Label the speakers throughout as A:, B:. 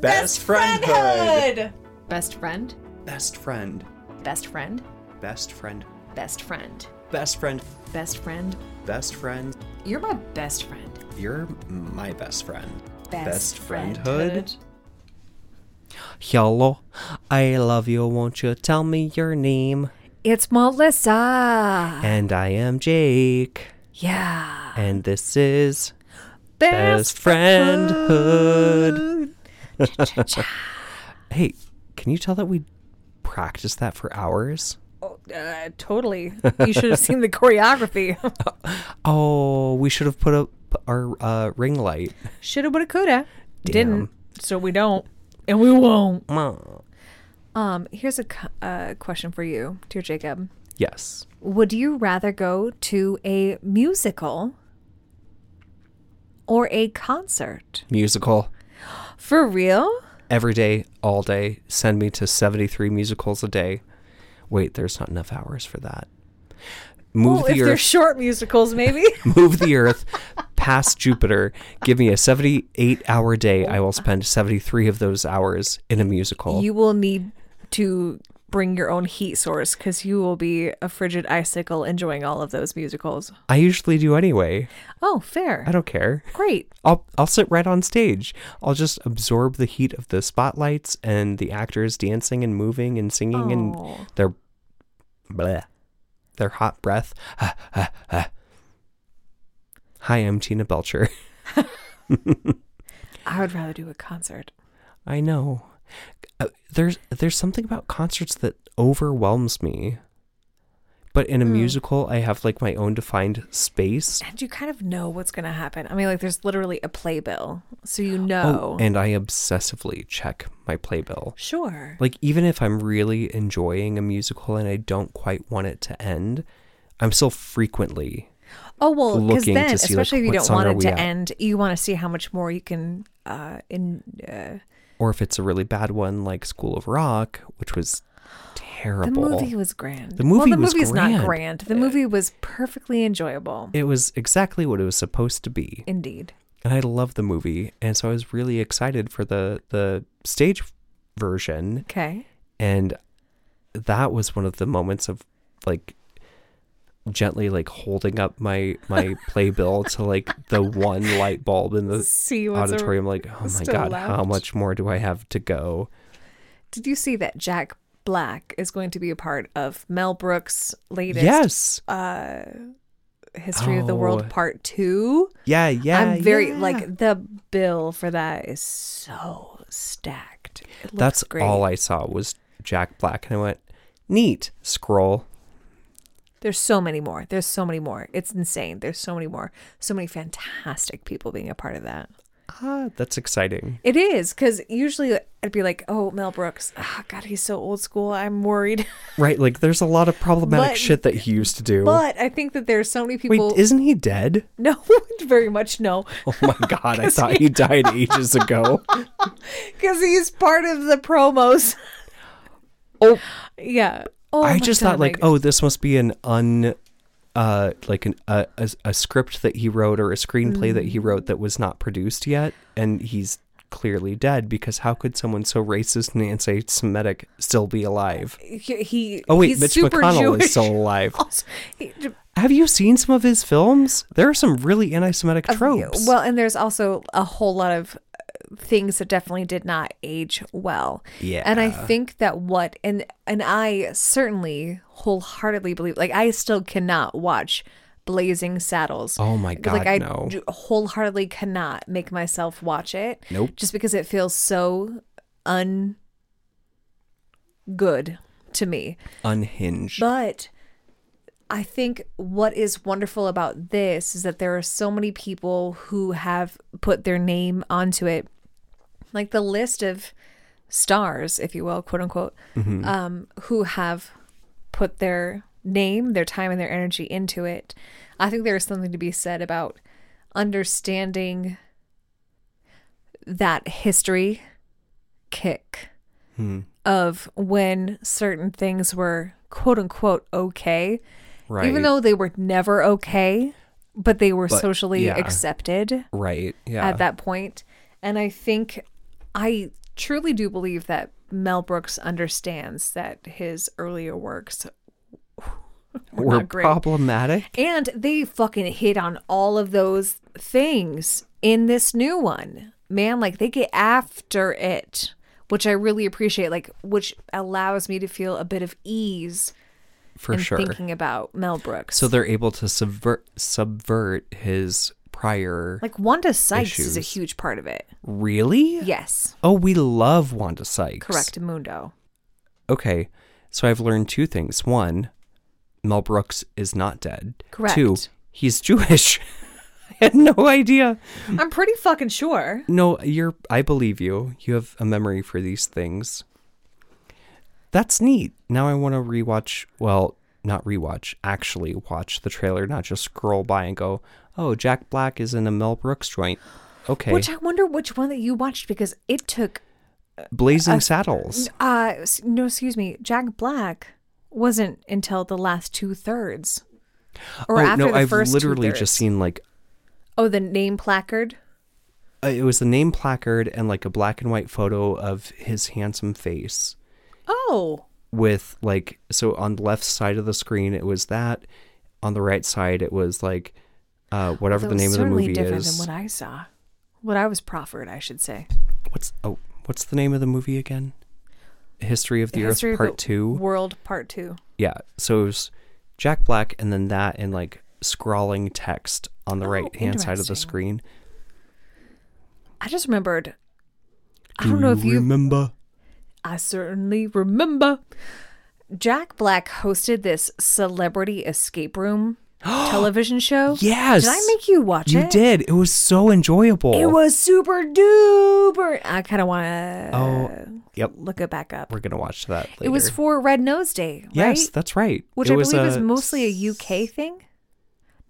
A: Best, friendhood.
B: Best friend?
A: Best friend.
B: Best friend?
A: Best friend.
B: Best friend.
A: Best friend.
B: Best friend.
A: Best friend.
B: You're my best friend.
A: You're my best friend. Best friendhood?
C: Hello, I love you. Won't you tell me your name?
B: It's Melissa.
C: And I am Jake.
B: Yeah.
C: And this is Best Friendhood. hey, can you tell that we practiced that for hours?
B: Uh, totally. You should have seen the choreography.
C: Oh, we should have put up our uh, ring light.
B: Shoulda, woulda, coulda. Didn't. So we don't. And we won't. Um, here's a cu- uh, question for you, dear Jacob.
C: Yes.
B: Would you rather go to a musical or a concert?
C: Musical.
B: For real?
C: Every day, all day. Send me to 73 musicals a day. Wait, there's not enough hours for that. Move
B: Well,
C: the
B: if they're
C: earth.
B: short musicals, maybe.
C: move the earth past Jupiter. Give me a 78 hour day. I will spend 73 of those hours in a musical.
B: you will need to bring your own heat source because you will be a frigid icicle enjoying all of those musicals.
C: I usually do anyway.
B: Oh, fair.
C: I don't care.
B: Great.
C: I'll I'll sit right on stage. I'll just absorb the heat of the spotlights and the actors dancing and moving and singing
B: Aw.
C: and their bleh, their hot breath. Ah, ah, ah. Hi, I'm Tina Belcher.
B: I would rather do a concert.
C: I know. Uh, there's there's something about concerts that overwhelms me. But in a musical, I have like my own defined space.
B: And you kind of know what's going to happen. I mean, like, there's literally a playbill. So you know.
C: Oh, and I obsessively check my playbill.
B: sure.
C: Like even if I'm really enjoying a musical and I don't quite want it to end, I'm still frequently
B: Oh, well, because
C: looking to
B: then,
C: see, like,
B: especially if
C: what
B: you don't
C: song
B: want
C: are
B: it
C: we
B: to
C: at?
B: end, you want to see how much more you can uh, in. Uh,
C: or if it's a really bad one like School of Rock, which was
B: the
C: terrible.
B: movie was grand.
C: The
B: well,
C: movie
B: the
C: was
B: movie's not
C: grand.
B: grand. The movie was perfectly enjoyable.
C: it was exactly what it was supposed to be.
B: Indeed.
C: and I love the movie, and so I was really excited for the the stage version,
B: Okay.
C: and that was one of the moments of like gently like holding up my my playbill to like the one light bulb in the
B: See what's a-
C: auditorium like oh my
B: still
C: god how
B: left.
C: much more do i have to go
B: Did you see that Jack Black is going to be a part of Mel Brooks' latest
C: yes
B: uh, History of the
C: Oh.
B: World Part 2?
C: yeah yeah
B: I'm very
C: yeah.
B: like the bill for that is so stacked. It looks
C: that's
B: great.
C: all i saw was jack black and i went neat scroll
B: There's so many more. There's so many more. It's insane. There's so many more. So many fantastic people being a part of that.
C: ah that's exciting
B: It is because usually I'd be like, "Oh, Mel Brooks. Oh, God, he's so old school. I'm worried."
C: right like there's a lot of problematic
B: But-
C: shit that he used to do
B: but I think that there's so many people.
C: Wait, isn't he dead?
B: No, very much no.
C: Oh my god, I thought he died ages ago.
B: Because he's part of the promos.
C: Oh,
B: yeah. Oh,
C: I
B: my
C: just
B: God,
C: thought like,
B: my-
C: oh, this must be an un uh like an a, a, a script that he wrote or a screenplay that he
B: Mm.
C: wrote that was not produced yet and he's clearly dead because how could someone so racist and anti-semitic still be alive?
B: he. he-
C: Oh wait,
B: he's
C: Mitch
B: super
C: McConnell
B: Jewish.
C: is still alive.
B: Also, he-
C: Have you seen some of his films? There are some really anti-semitic tropes.
B: well, and there's also a whole lot of uh, things that definitely did not age well.
C: Yeah.
B: And I think that what and and I certainly wholeheartedly believe like I still cannot watch Blazing Saddles.
C: Oh my
B: Like
C: God,
B: I
C: no.
B: d- wholeheartedly cannot make myself watch it.
C: Nope.
B: Just because it feels so un good to me.
C: Unhinged.
B: But I think what is wonderful about this is that there are so many people who have put their name onto it. Like the list of stars, if you will, quote unquote, um, who have put their name, their time, and their energy into it. I think there is something to be said about understanding that history kick
C: Hmm.
B: of when certain things were quote unquote okay,
C: right.
B: even though they were never okay, but they were
C: But,
B: socially
C: yeah.
B: accepted
C: right. Yeah.
B: at that point. And I think I truly do believe that Mel Brooks understands that his earlier works were
C: We're
B: not great.
C: problematic.
B: And they fucking hit on all of those things in this new one. Man, like they get after it, which I really appreciate, like which allows me to feel a bit of ease
C: for
B: in
C: sure.
B: thinking about Mel Brooks.
C: So they're able to subvert subvert his prior.
B: like Wanda Sykes is a
C: Issues.
B: huge part of it.
C: really?
B: Yes.
C: Oh, we love Wanda Sykes.
B: Correct Mundo.
C: Okay, so I've learned two things. One, Mel Brooks is not dead. Two,
B: Correct.
C: he's Jewish. I had no idea.
B: I'm pretty fucking sure.
C: No, you're. I believe you. You have a memory for these things. That's neat. Now I want to rewatch. Well, not rewatch. Actually, watch the trailer, not just scroll by and go, "Oh, Jack Black is in a Mel Brooks joint." Okay,
B: Which I wonder which one that you watched because it took
C: Blazing Saddles.
B: uh s- no excuse me jack black wasn't until the last two thirds or
C: oh
B: after
C: no,
B: the
C: I've
B: first
C: literally
B: two-thirds.
C: just seen like
B: oh the name placard
C: uh, it was the name placard and like a black and white photo of his handsome face.
B: oh
C: with like so on the left side of the screen it was that on the right side it was like uh whatever the
B: that was
C: name of the
B: certainly
C: movie
B: different
C: is
B: than what i saw what i was proffered i should say
C: what's oh what's the name of the movie again history of the, earth
B: History of
C: part
B: the
C: 2
B: world part two
C: yeah so it was jack black and then that and like scrawling text on the
B: Oh,
C: right hand side of the
B: interesting.
C: screen
B: i just remembered i don't know if you
C: remember
B: I certainly remember. Jack Black hosted this celebrity escape room television show.
C: Yes!
B: Oh, Did I make you watch
C: you
B: it?
C: did it was so enjoyable
B: It was super duper. I kind of want to
C: oh yep
B: look it back up.
C: we're gonna watch that later
B: It was for Red Nose Day, right?
C: yes that's right
B: Which
C: It
B: I
C: was
B: believe is
C: a-
B: mostly a UK thing.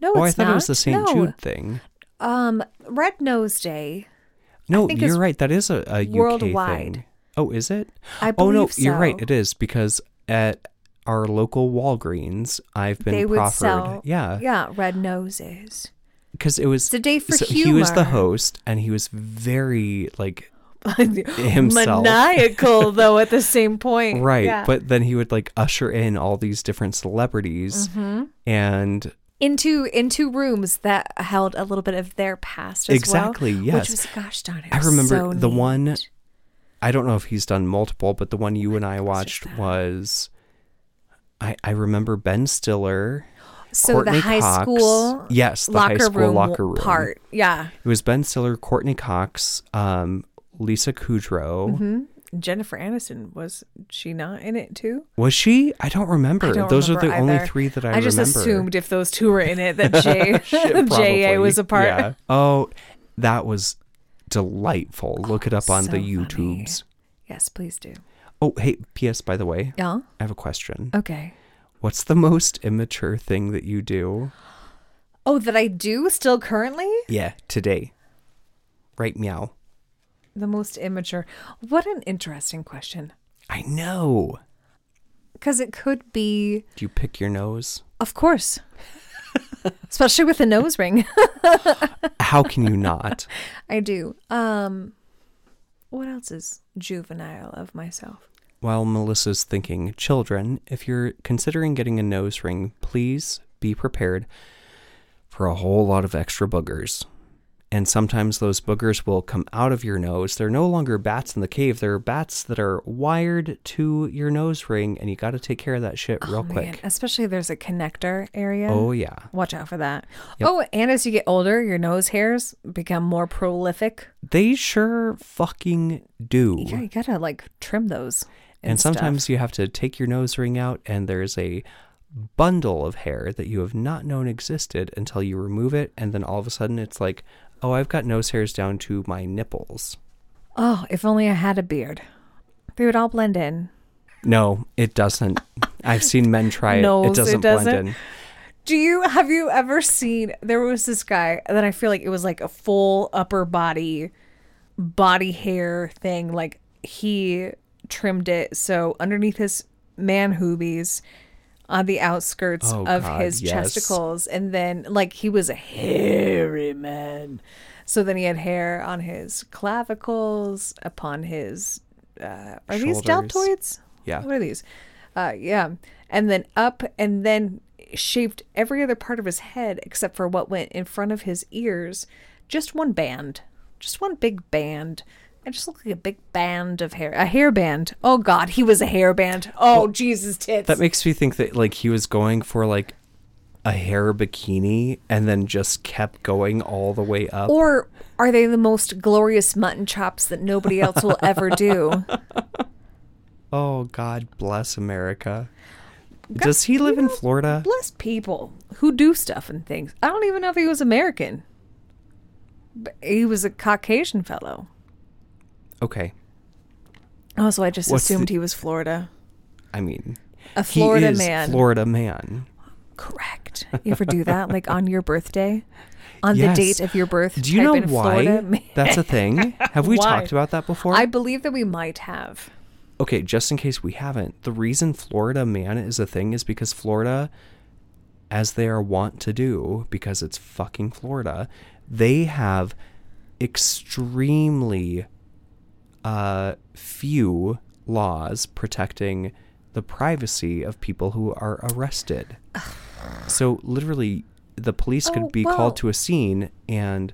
B: No,
C: oh i
B: it's
C: thought
B: not.
C: it was the st
B: no.
C: jude thing
B: Um, Red Nose Day.
C: No,
B: think it's
C: you're right. That is a, a UK
B: worldwide.
C: thing. Oh, is it?
B: I
C: oh no,
B: believe
C: you're right.
B: so.
C: It is because at our local Walgreens, I've been
B: they would
C: proffered.
B: sell.
C: yeah,
B: Yeah, Red Noses.
C: because it was
B: It's a day for
C: so He was the
B: humor.
C: host, and he was very like Himself.
B: Maniacal though at the same point.
C: right.
B: Yeah.
C: But then he would like usher in all these different celebrities,
B: Mm-hmm.
C: and
B: into into rooms that held a little bit of their past as
C: Exactly,
B: well.
C: yes.
B: Which was gosh darn it.
C: I
B: was
C: remember
B: so
C: the
B: neat.
C: one- I don't know if he's done multiple, but the one you and I watched was. I, I remember Ben Stiller.
B: So
C: Courtney
B: the high
C: Cox-
B: school
C: yes, the high
B: locker
C: school
B: room
C: locker room.
B: part. Yeah.
C: It was Ben Stiller, Courtney Cox, um, Lisa Kudrow.
B: Mm-hmm. Jennifer Aniston was she not in it too?
C: Was she? I don't remember.
B: I don't
C: Those are the
B: remember
C: only
B: either.
C: three that I,
B: I just
C: remember.
B: assumed if those two were in it that J
C: Shit,
B: J A was a
C: probably.
B: part.
C: Yeah. Oh, that was delightful. Look it up on
B: Oh, so
C: the
B: funny.
C: YouTubes.
B: Yes, please do.
C: Oh, hey, P.S. By the way,
B: Yeah.
C: I have a question.
B: Okay.
C: What's the most immature thing that you do?
B: Oh, that I do still currently?
C: Yeah, today. Right, meow.
B: The most immature. What an interesting question.
C: I know.
B: Because it could be,
C: Do you pick your nose?
B: of course, especially with a nose ring.
C: How can you not?
B: I do. Um, what else is juvenile of myself?
C: While Melissa's thinking, children, if you're considering getting a nose ring, please be prepared for a whole lot of extra boogers. And sometimes those boogers will come out of your nose. They're no longer bats in the cave. They're bats that are wired to your nose ring, and you got to take care of that shit real
B: Oh, man,
C: quick.
B: especially if there's a connector area.
C: Oh, yeah.
B: Watch out for that. Oh, and as you get older, your nose hairs become more prolific.
C: They sure fucking do.
B: Yeah, you gotta like trim those. And,
C: and
B: stuff.
C: sometimes you have to take your nose ring out, and there's a bundle of hair that you have not known existed until you remove it. And then all of a sudden, it's like, oh, I've got nose hairs down to my nipples.
B: Oh, if only I had a beard. They would all blend in.
C: No, it doesn't. I've seen men try it.
B: Nose,
C: it
B: it
C: doesn't,
B: doesn't?
C: blend in.
B: Do you have you ever seen there was this guy that I feel like it was like a full upper body body hair thing like he trimmed it so underneath his man hoobies on the outskirts
C: Oh,
B: of
C: God,
B: his
C: yes.
B: chesticles and then like he was a hairy man So then he had hair on his clavicles, upon his uh, are these
C: Shoulders.
B: deltoids?
C: Yeah.
B: What are these? Uh, yeah. And then up, and then shaved every other part of his head except for what went in front of his ears. Just one band, just one big band. I just looked like a big band of hair, a hair band. Oh God, he was a hair band. Oh Jesus, tits.
C: That makes me think that like he was going for like a hair bikini and then just kept going all the way up.
B: Or are they the most glorious mutton chops that nobody else will ever do?
C: oh God bless America. Does he live in Florida?
B: Bless people who do stuff and things. I don't even know if he was American. But he was a Caucasian fellow.
C: Okay.
B: Oh, so I just
C: What's
B: assumed
C: the-
B: he was Florida.
C: I mean,
B: A Florida
C: he is
B: man.
C: Florida man.
B: Correct. You ever do that? Like on your birthday? On
C: Yes.
B: the date of your birth?
C: Do you
B: type
C: know
B: in
C: why
B: Florida man.
C: that's a thing? Have we
B: Why?
C: talked about that before?
B: I believe that we might have.
C: okay, just in case we haven't, the reason Florida man is a thing is because Florida, as they are wont to do, because it's fucking Florida, they have extremely uh, few laws protecting the privacy of people who are arrested. so literally, the police
B: Oh,
C: could be
B: well.
C: called to a scene and.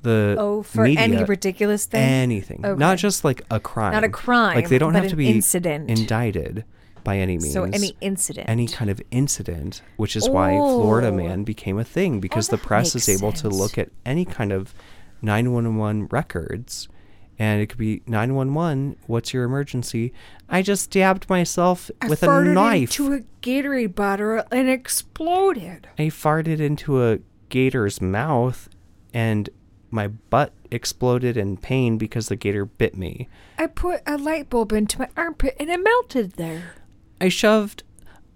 C: The
B: Oh, for any
C: Uh, media-
B: ridiculous thing?
C: anything,
B: Okay.
C: not just like a crime,
B: Not a crime,
C: Like they don't
B: but
C: have to
B: an
C: be
B: incident.
C: indicted by any means.
B: So any incident.
C: any kind of incident, which is why Florida
B: Oh.
C: Man became a thing because the
B: that
C: press is
B: makes
C: able to
B: sense.
C: look at any kind of 911 records. And it could be 911, what's your emergency? I just stabbed myself with a
B: farted
C: knife.
B: into a Gatorade bottle and exploded.
C: I farted into a gator's mouth and my butt exploded in pain because the gator bit me.
B: I put a light bulb into my armpit and it melted there.
C: I shoved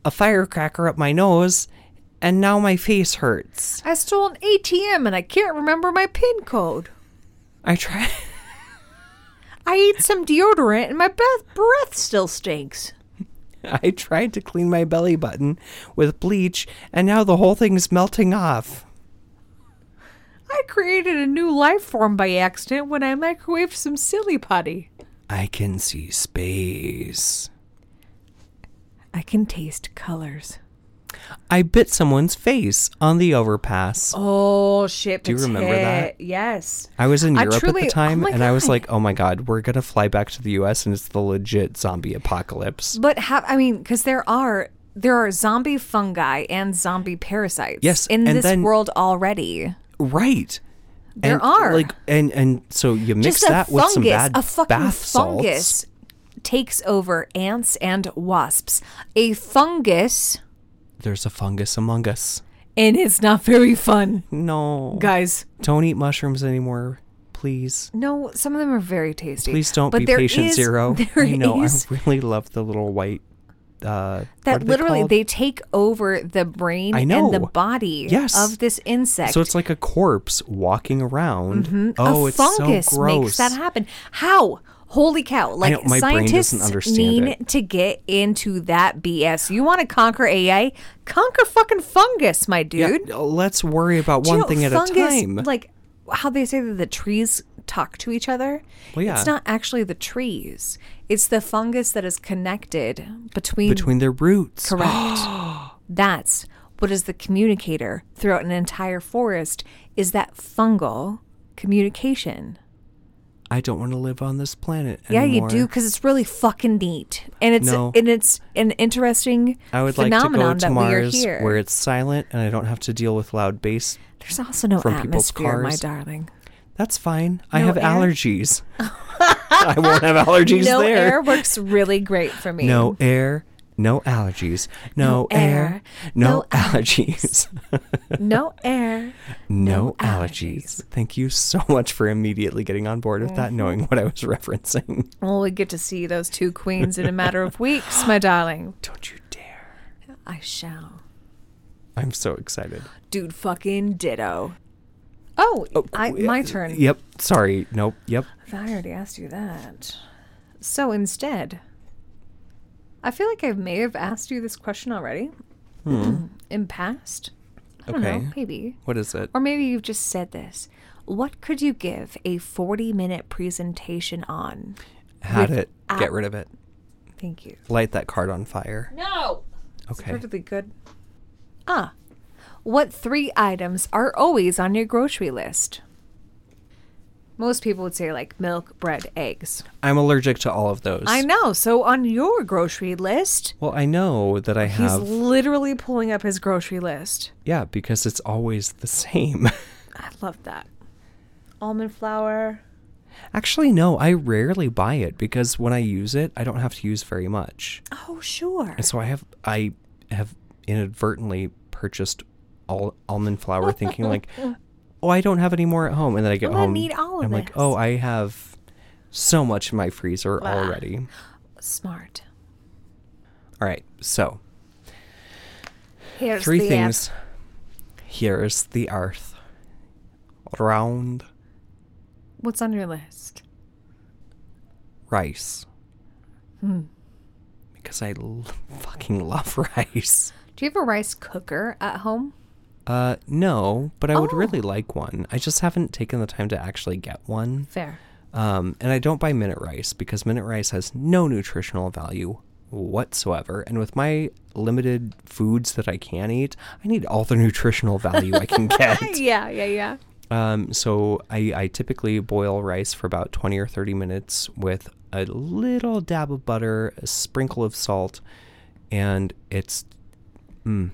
C: a firecracker up my nose, and now my face hurts.
B: I stole an ATM and I can't remember my PIN code.
C: I tried.
B: I ate some deodorant and my breath, breath still stinks.
C: I tried to clean my belly button with bleach, and now the whole thing's melting off.
B: I created a new life form by accident when I microwaved some silly putty.
C: I can see space.
B: I can taste colors.
C: I bit someone's face on the overpass.
B: Oh shit!
C: Do you remember that?
B: potato. Yes.
C: I was in
B: I
C: Europe at
B: truly-
C: the time,
B: oh my
C: and I was
B: God.
C: like, oh my god, we're gonna fly back to the US, and it's the legit zombie apocalypse.
B: But how? I mean, because there are there are zombie fungi and zombie parasites.
C: Yes,
B: in
C: and
B: this
C: then-
B: world already.
C: Right.
B: There
C: and,
B: are.
C: like and and so you mix
B: Just a
C: that
B: fungus,
C: with some bad
B: a fucking
C: bath salts.
B: fungus takes over ants and wasps. A fungus,
C: There's a fungus among us.
B: and it's not very fun,
C: No.
B: guys.
C: Don't eat mushrooms anymore, please.
B: No, some of them are very tasty.
C: Please don't
B: but
C: be
B: there
C: patient
B: is-
C: zero.
B: There
C: I know.
B: is-
C: I really love the little white. Uh, what
B: that
C: are
B: literally
C: called?
B: they take over the brain
C: I
B: and the
C: know.
B: body
C: Yes.
B: of this insect.
C: So it's like a corpse walking around. Oh,
B: Mm-hmm. a
C: it's
B: fungus
C: so gross.
B: makes that happen. How? Holy cow! Like
C: know, my brain doesn't
B: scientists
C: understand
B: need
C: it.
B: to get into that BS. You want to conquer AI? Conquer fucking fungus, my dude.
C: Yeah, let's worry about
B: Do
C: one
B: you know
C: thing at
B: fungus,
C: a time.
B: Like how they say that the trees talk to each other.
C: Well, yeah.
B: It's not actually the trees. It's the fungus that is connected between,
C: Between their roots.
B: correct. That's what is the communicator throughout an entire forest is that fungal communication.
C: I don't want to live on this planet
B: Yeah,
C: anymore.
B: you do because it's really fucking neat, and it's
C: No.
B: and it's an interesting
C: I would like to
B: phenomenon
C: go to
B: that
C: Mars
B: we are here.
C: where it's silent and I don't have to deal with loud bass.
B: There's also no
C: from people's
B: atmosphere, my
C: cars.
B: darling.
C: That's fine. I
B: No
C: have
B: air?
C: allergies. I won't have allergies
B: no
C: there.
B: air works really great for me.
C: No air, no allergies. No, air,
B: air,
C: no,
B: no
C: allergies.
B: no air.
C: no allergies. Thank you so much for immediately getting on board with
B: Mm-hmm.
C: that, knowing what I was referencing.
B: Well, we get to see those two queens in a matter of weeks, my darling.
C: Don't you dare.
B: I shall.
C: I'm so excited.
B: Dude, fucking ditto. Oh, I, my turn.
C: Yep. Sorry. Nope. Yep.
B: I already asked you that. So instead, I feel like I may have asked you this question already in past. I don't
C: Okay.
B: know, maybe.
C: What is it?
B: Or maybe you've just said this. What could you give a 40 minute presentation on?
C: Had
B: With-
C: it. Get rid of it.
B: Thank you.
C: Light that card on fire.
D: No.
C: Okay.
B: good. Ah. What three items are always on your grocery list? Most people would say like milk, bread, eggs.
C: I'm allergic to all of those.
B: I know. So on your grocery list,
C: Well, I know that I
B: he's
C: have.
B: literally pulling up his grocery list.
C: yeah, because it's always the same.
B: I love that. Almond flour.
C: Actually, no, I rarely buy it because when I use it, I don't have to use very much.
B: Oh, sure.
C: And so I have I have inadvertently purchased all almond flour thinking like, "Oh, I don't have any more at home." And then I get
B: I'm gonna
C: home
B: need all
C: and
B: of
C: I'm like,
B: this.
C: "Oh, I have so much in my freezer already."
B: Smart.
C: All right. So,
B: Here's
C: three
B: the
C: things. Here's the earth. Round
B: app. What's on your list?
C: rice. Because I l- fucking love rice.
B: Do you have a rice cooker at home?
C: Uh, no, but I would
B: Oh.
C: really like one. I just haven't taken the time to actually get one.
B: Fair.
C: Um, and I don't buy minute rice because minute rice has no nutritional value whatsoever. And with my limited foods that I can eat, I need all the nutritional value I can get.
B: Yeah, yeah, yeah.
C: Um, so I, I typically boil rice for about 20 or 30 minutes with a little dab of butter, a sprinkle of salt, and it's, mm,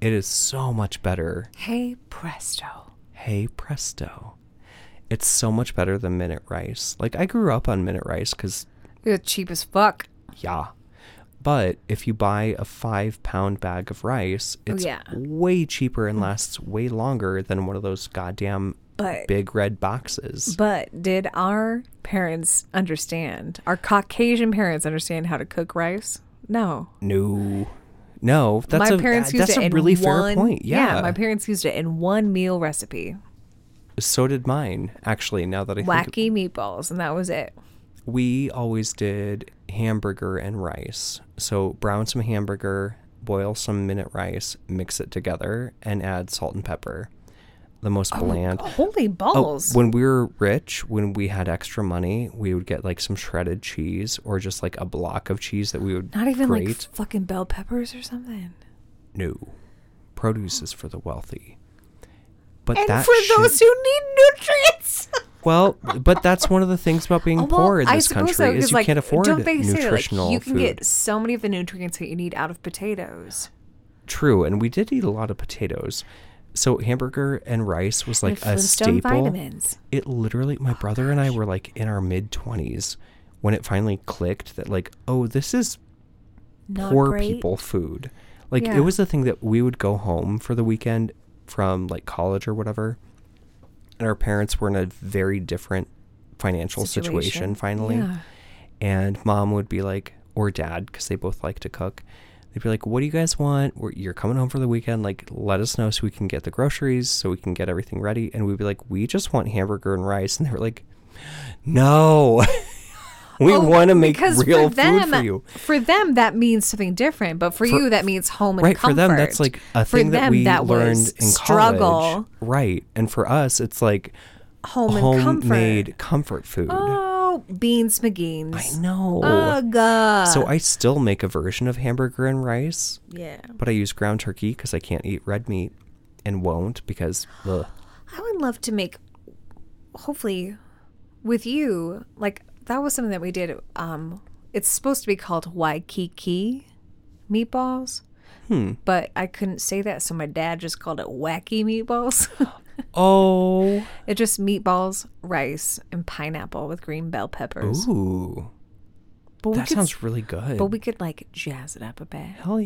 C: it is so much better.
B: Hey, presto.
C: Hey presto. It's so much better than minute rice. Like I grew up on minute rice because
B: You're cheap as fuck.
C: yeah. But if you buy a five pound bag of rice, it's
B: yeah.
C: way cheaper and lasts way longer than one of those goddamn
B: But-
C: big red boxes.
B: But did our parents understand? Our Caucasian parents understand how to cook rice? No.
C: No, no, that's
B: my
C: a
B: parents
C: uh,
B: used
C: that's
B: it
C: a
B: in
C: really
B: one-
C: fair point. Yeah,
B: my parents used it in one meal recipe.
C: so did mine actually. Now that I think
B: Wacky meatballs, and that was it.
C: we always did hamburger and rice. So brown some hamburger, boil some minute rice, mix it together, and add salt and pepper. The
B: Oh
C: most bland. Oh,
B: Holy balls.
C: When we were rich, when we had extra money, we would get like some shredded cheese or just like a block of cheese that we would
B: Not even
C: grate.
B: like fucking bell peppers or something.
C: no, produce is for the wealthy. But
B: And
C: that
B: for
C: shit-
B: those who need nutrients.
C: Well, but that's one of the things about being
B: Oh, well,
C: poor in
B: I
C: this country
B: suppose so,
C: is
B: 'cause,
C: you
B: like,
C: can't afford
B: don't they say, like,
C: nutritional
B: you can
C: food.
B: get so many of the nutrients that you need out of potatoes.
C: True, and we did eat a lot of potatoes. So hamburger and rice was like
B: And
C: a
B: Flintstone Oh
C: staple.
B: vitamins.
C: It literally my brother and I were like in our mid 20s when it finally clicked that like, oh, this is
B: Not
C: poor
B: great.
C: people food. Like
B: Yeah.
C: it was the thing that we would go home for the weekend from like college or whatever. And our parents were in a very different financial situation,
B: Situation.
C: finally.
B: Yeah.
C: And mom would be like, or dad, because they both like to cook. They'd be like, "What do you guys want? We're, you're coming home for the weekend. Like, let us know so we can get the groceries, so we can get everything ready." And we'd be like, "We just want hamburger and rice." And they were like, "No, we
B: Oh,
C: want to make
B: because
C: real
B: for them,
C: food for you."
B: for them, that means something different, but
C: For-
B: for, you, that means home and
C: right
B: comfort.
C: for them that's like a
B: For
C: thing that
B: them,
C: we
B: that
C: learned
B: was
C: in
B: struggle,
C: college right and for us it's like
B: home and
C: homemade
B: comfort.
C: comfort, food
B: Oh, beans McGeans.
C: i know
B: Ugh, uh,
C: so i still make a version of hamburger and rice
B: yeah.
C: but i use ground turkey because i can't eat red meat and won't because ugh.
B: I would love to make, hopefully, with you, like that was something that we did. Um, it's supposed to be called Waikiki meatballs,
C: Hmm.
B: but I couldn't say that, so my dad just called it wacky meatballs.
C: oh
B: it just meatballs, rice, and pineapple with green bell peppers.
C: ooh
B: but we
C: that
B: could,
C: sounds really good
B: But we could like jazz it up a bit.
C: hell Oh,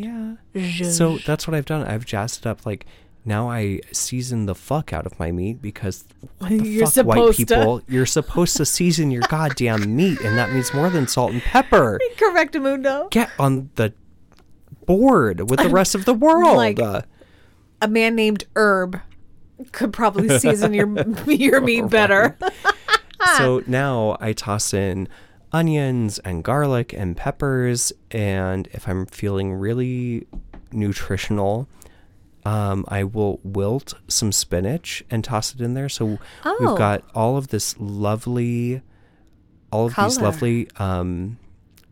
C: yeah so that's what i've done i've jazzed it up like now I season the fuck out of my meat because what the
D: You're
C: fuck, white
D: supposed to.
C: people, you're supposed to season your goddamn meat, and that means more than salt and pepper.
B: Correct, Mundo.
C: Get on the board with the rest of the world.
B: Like-
C: Uh,
B: A man named Herb could probably season your your meat better.
C: so now I toss in onions and garlic and peppers, and if I'm feeling really nutritional, Um, I will wilt some spinach and toss it in there. So
B: Oh.
C: we've got all of this lovely, all of these
B: Color.
C: lovely um,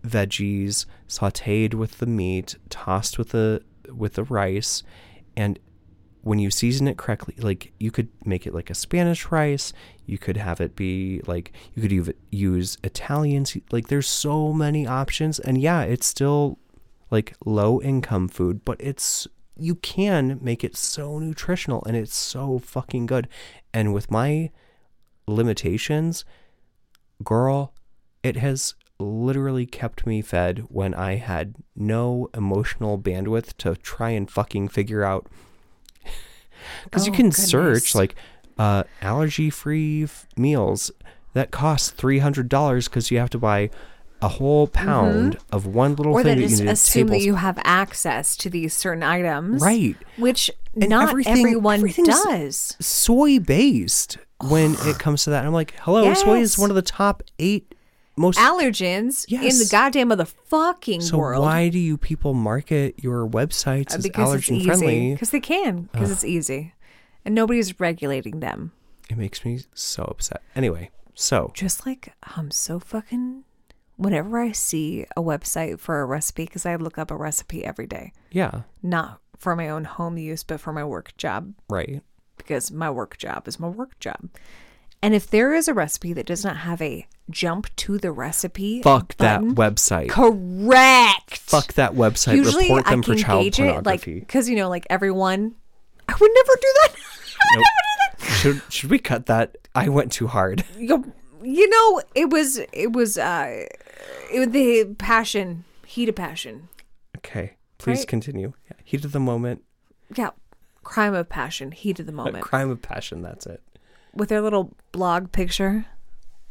C: veggies sautéed with the meat, tossed with the with the rice, and when you season it correctly, like you could make it like a Spanish rice. You could have it be like you could even use Italian. se- Like there's so many options, and yeah, it's still like low income food, but it's you can make it so nutritional and it's so fucking good. And with my limitations, girl, it has literally kept me fed when I had no emotional bandwidth to try and fucking figure out. Because you
B: Oh,
C: can
B: goodness.
C: search like uh, allergy free f- meals that cost $300 because you have to buy a whole pound of one little
B: Mm-hmm. or
C: thing
B: that
C: that you
B: just
C: need a
B: assume that
C: tablespoon.
B: you have access to these certain items,
C: Right.
B: Which
C: And
B: not
C: everything-
B: everyone
C: everything's-
B: does.
C: soy based when it comes to that. And I'm like, hello, soy is
B: Yes.
C: one of the top eight most.
B: Allergens in the
C: Yes.
B: goddamn motherfucking
C: so
B: world.
C: why do you people market your websites
B: Uh,
C: as
B: because it's
C: allergen
B: easy.
C: friendly?
B: Because they can. Because it's easy, and nobody's regulating them.
C: It makes me so upset. Anyway, so
B: Just like I'm so fucking. Whenever I see a website for a recipe, because I look up a recipe every day,
C: yeah,
B: not for my own home use, but for my work job,
C: right.
B: because my work job is my work job. And if there is a recipe that does not have a jump to the recipe,
C: Fuck
B: button,
C: that website.
B: Correct.
C: Fuck that website.
B: Usually
C: Report them
B: I
C: for
B: can
C: child
B: gauge it, like,
C: pornography.
B: because you know, like everyone, I would never do that. I would
C: Nope. should should we cut that? I went too hard.
B: never do that. You- You know, it was it was uh, it was the passion, heat of passion.
C: Okay, please
B: Right.
C: continue. Yeah. Heat of the moment,
B: Yeah, crime of passion, heat of the
C: a
B: moment.
C: crime of passion. That's it.
B: with their little blog picture.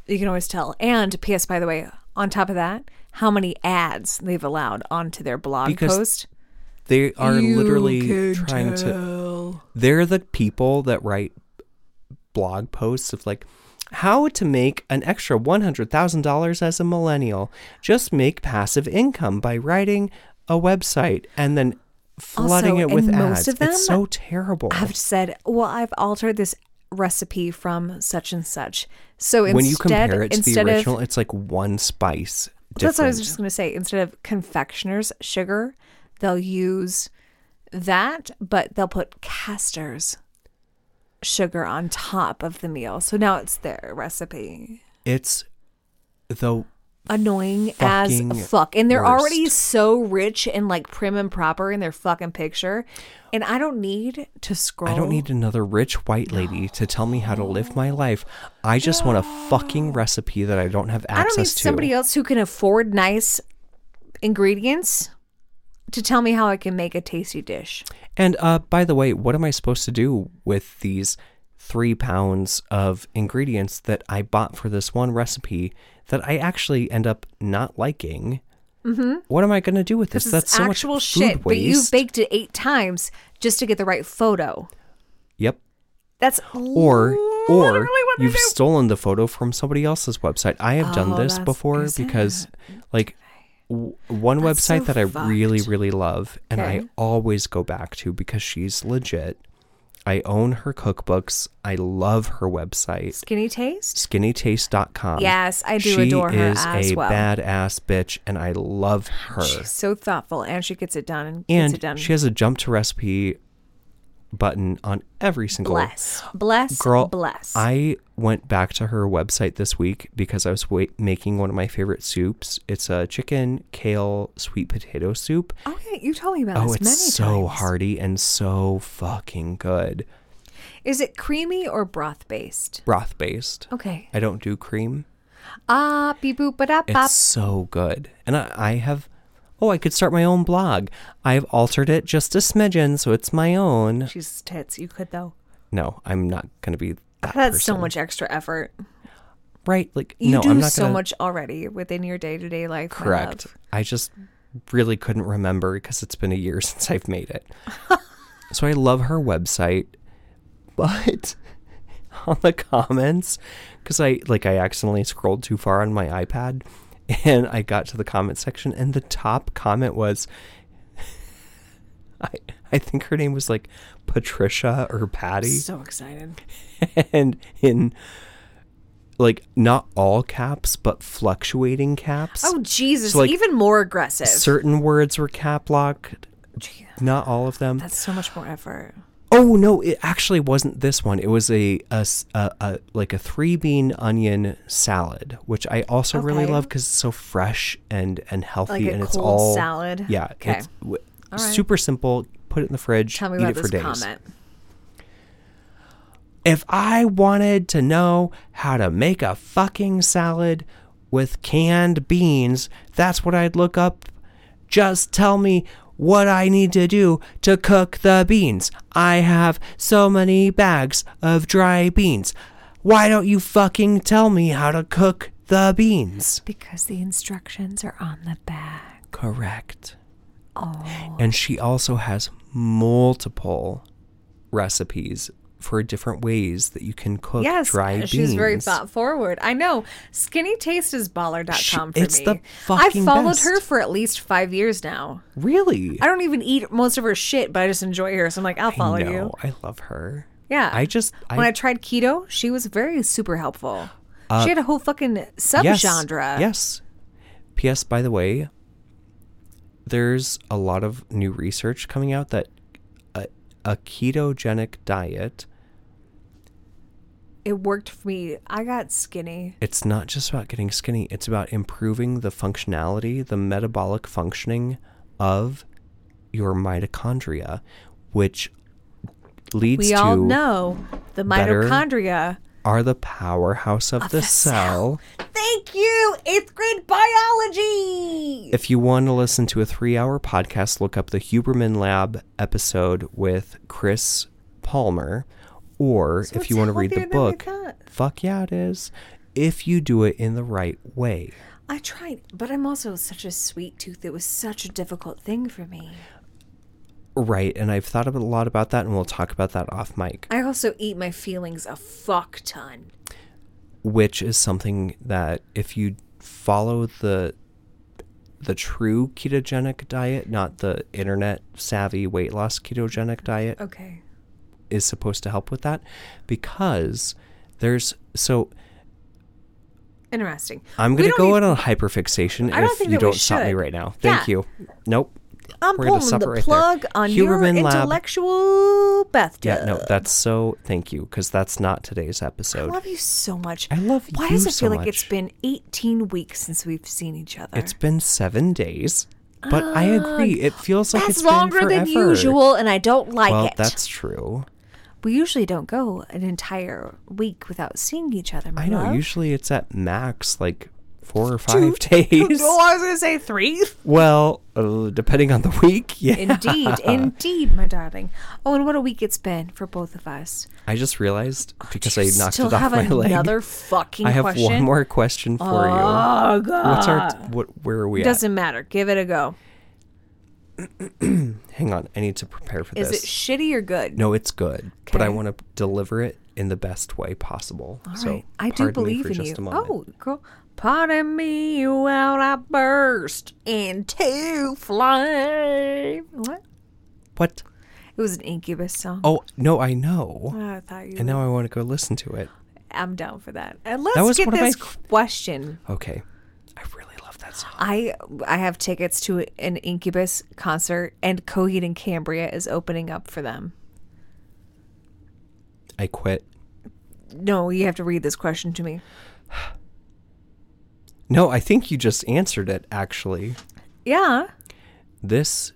B: You can always tell. And PS, by the way, on top of that, how many ads they've allowed onto their blog
C: Because
B: post?
C: They are
B: You
C: literally
B: can
C: trying to.
B: tell.
C: they're the people that write blog posts of like how to make an extra $100,000 as a millennial. Just make passive income by writing a website and then flooding
B: Also,
C: it with
B: and
C: ads.
B: most of them
C: it's so terrible.
B: I've said, well, I've altered this recipe from such and such. So instead,
C: when you compare it to the
B: instead
C: original,
B: of
C: it's like one spice.
B: that's what I was
C: different.
B: just going to say. Instead of confectioner's sugar, they'll use that, but they'll put casters sugar on top of the meal. So now it's their recipe.
C: It's the
B: annoying
C: Fucking
B: as fuck. And they're already
C: worst.
B: so rich and like prim and proper in their fucking picture. And I don't need to scroll.
C: I don't need another rich white lady to tell me how to live my life. I just want a fucking recipe that I don't have access
B: I don't need
C: to.
B: somebody else who can afford nice ingredients to tell me how I can make a tasty dish.
C: And uh, by the way, what am I supposed to do with these three pounds of ingredients that I bought for this one recipe that I actually end up not liking? Mm-hmm. What am I going to do with this?
B: This
C: That's
B: is
C: so
B: actual
C: much
B: shit,
C: food
B: but you
C: waste.
B: baked it eight times just to get the right photo.
C: yep.
B: That's
C: Or or
B: literally what they
C: you've
B: do.
C: stolen the photo from somebody else's website. I have done
B: Oh,
C: this
B: that's-
C: before
B: is
C: because, like, w- one
B: That's
C: website
B: so
C: that I really
B: fucked.
C: really love and I
B: Okay.
C: always go back to because she's legit. I own her cookbooks. I love her website.
B: skinny taste.
C: skinnytaste.com.
B: Yes, I do
C: she
B: adore her
C: is
B: as
C: a
B: well.
C: badass bitch, and I love her.
B: She's so thoughtful and she gets it done and, gets it done.
C: and she has a jump to recipe button on every single
B: bless. Bless.
C: girl.
B: bless.
C: I went back to her website this week because I was wait, making one of my favorite soups. It's a chicken kale sweet potato soup.
B: Oh yeah, you told me about
C: Oh,
B: this
C: it's
B: many
C: so
B: times.
C: hearty and so fucking good.
B: Is it creamy or broth based?
C: Broth based.
B: Okay.
C: I don't do cream.
B: Ah, beep boop ba da
C: It's
B: bop.
C: so good. And I, I have, oh, I could start my own blog. I've altered it just a smidgen, so it's my own.
B: She's tits. You could though.
C: No, I'm not going to be that
B: That's so
C: person.
B: much extra effort.
C: Right? Like,
B: You
C: no,
B: do
C: I'm not
B: so
C: gonna,
B: much already within your day to day life. my
C: Correct.
B: love.
C: I just really couldn't remember because it's been a year since I've made it. so I love her website, but on the comments, because I like I accidentally scrolled too far on my iPad, and I got to the comment section, and the top comment was. I, I think her name was like Patricia or Patty.
D: So excited.
C: and in like not all caps but fluctuating caps
B: Oh Jesus!
C: So, like,
B: Even more aggressive.
C: certain words were cap locked
D: Gee,
C: not all of them
D: That's so much more effort.
C: oh no it actually wasn't this one it was a, a s- a- a- like a three bean onion salad which i also really
D: Okay.
C: love because it's so fresh and and healthy
B: a
C: and it's
B: cold
C: all
B: salad?
C: yeah
B: Okay.
C: it's w- super simple put it in the fridge
B: Tell me
C: eat
B: about
C: it for
B: this
C: days
B: comment.
C: If I wanted to know how to make a fucking salad with canned beans, that's what I'd look up. Just tell me what I need to do to cook the beans. I have so many bags of dry beans. Why don't you fucking tell me how to cook the beans?
B: Because the instructions are on the back.
C: Correct. Oh. And she also has multiple recipes for different ways that you can cook
B: yes,
C: dry beans.
B: she's very thought forward. I know. Skinny Taste is baller.com
C: She-
B: for
C: it's
B: me.
C: the
B: I've
C: fucking
B: followed
C: best.
B: her for at least five years now.
C: Really?
B: I don't even eat most of her shit, but I just enjoy her. So I'm like, I'll follow
C: know.
B: you.
C: I love her.
B: Yeah.
C: I just I,
B: when I tried keto, she was very super helpful. she had a whole fucking
C: uh, yes,
B: subgenre.
C: Yes. P.S. By the way, there's a lot of new research coming out that a, a ketogenic diet.
B: It worked for me. I got skinny.
C: It's not just about getting skinny. It's about improving the functionality, the metabolic functioning of your mitochondria, which leads
B: We
C: to
B: all know the
C: better-
B: mitochondria.
C: are the powerhouse of, the, cell.
B: Thank you, eighth grade biology.
C: If you want to listen to a three hour podcast, look up the Huberman Lab episode with Chris Palmer. Or if you
B: it's
C: want to read the
B: healthier than we
C: book,
B: thought.
C: fuck yeah, it is. If you do it in the right way.
B: I tried, but I'm also such a sweet tooth. It was such a difficult thing for me.
C: Right. And I've thought a lot about that, and we'll talk about that off mic,
B: I also eat my feelings a fuck ton.
C: which is something that if you follow the the true ketogenic diet, not the internet savvy weight loss ketogenic diet,
B: Okay.
C: is supposed to help with that because there's so
B: Interesting.
C: I'm
B: We
C: gonna
B: don't
C: go
B: need-
C: in on hyperfixation
B: I don't
C: if
B: think
C: you
B: that we
C: don't stop me
B: should.
C: right now. Thank
B: Yeah.
C: you. Nope.
B: I'm
C: We're gonna
B: pulling
C: stop
B: the
C: it right there.
B: plug on
C: Huberman
B: your
C: Lab.
B: intellectual bathtub.
C: Yeah, no, that's so thank you, because that's not today's
B: I
C: episode.
B: love you so much.
C: I love
B: Why
C: you
B: does it
C: so
B: feel like it's
C: much.
B: been 18 weeks since we've seen each other?
C: It's been seven days. But I agree. It feels like
B: that's
C: it's been
B: longer than
C: forever.
B: usual, and I don't like
C: Well,
B: it.
C: that's true.
B: We usually don't go an entire week without seeing each other. My
C: I know.
B: love.
C: Usually it's at max like four or five days.
B: Oh, I was gonna say three.
C: well, uh, depending on the week. Yeah.
B: Indeed, indeed, my darling. Oh, and what a week it's been for both of us.
C: I just realized because
B: oh, Do
C: I
B: you
C: knocked
B: still
C: it off
B: have
C: my leg.
B: another fucking
C: I have
B: question. Ah. Oh,
C: one more question for you. What's our what? Where are we at?
B: Doesn't matter. Give it a go.
C: Hang on, I need to prepare for
B: Is
C: this.
B: it shitty or good?
C: no, it's good, but I
B: Okay.
C: want to deliver it in the best way possible.
B: All
C: so
B: right. I do
C: pardon me
B: believe
C: for
B: in
C: just
B: you.
C: a moment.
B: Oh, girl. Pardon me while I burst into flame. What?
C: what?
B: It was an incubus song. Oh,
C: Oh no, I know,
B: I thought you.
C: and now I want to go listen to it.
B: I'm down for that. And let's
C: was
B: get
C: one of my
B: this
C: f-
B: question.
C: Okay, I really love that song.
B: I I have tickets to an Incubus concert, and Coheed and Cambria is opening up for them.
C: I quit.
B: No, you have to read this question to me.
C: No, I think you just answered it. Actually,
B: Yeah.
C: this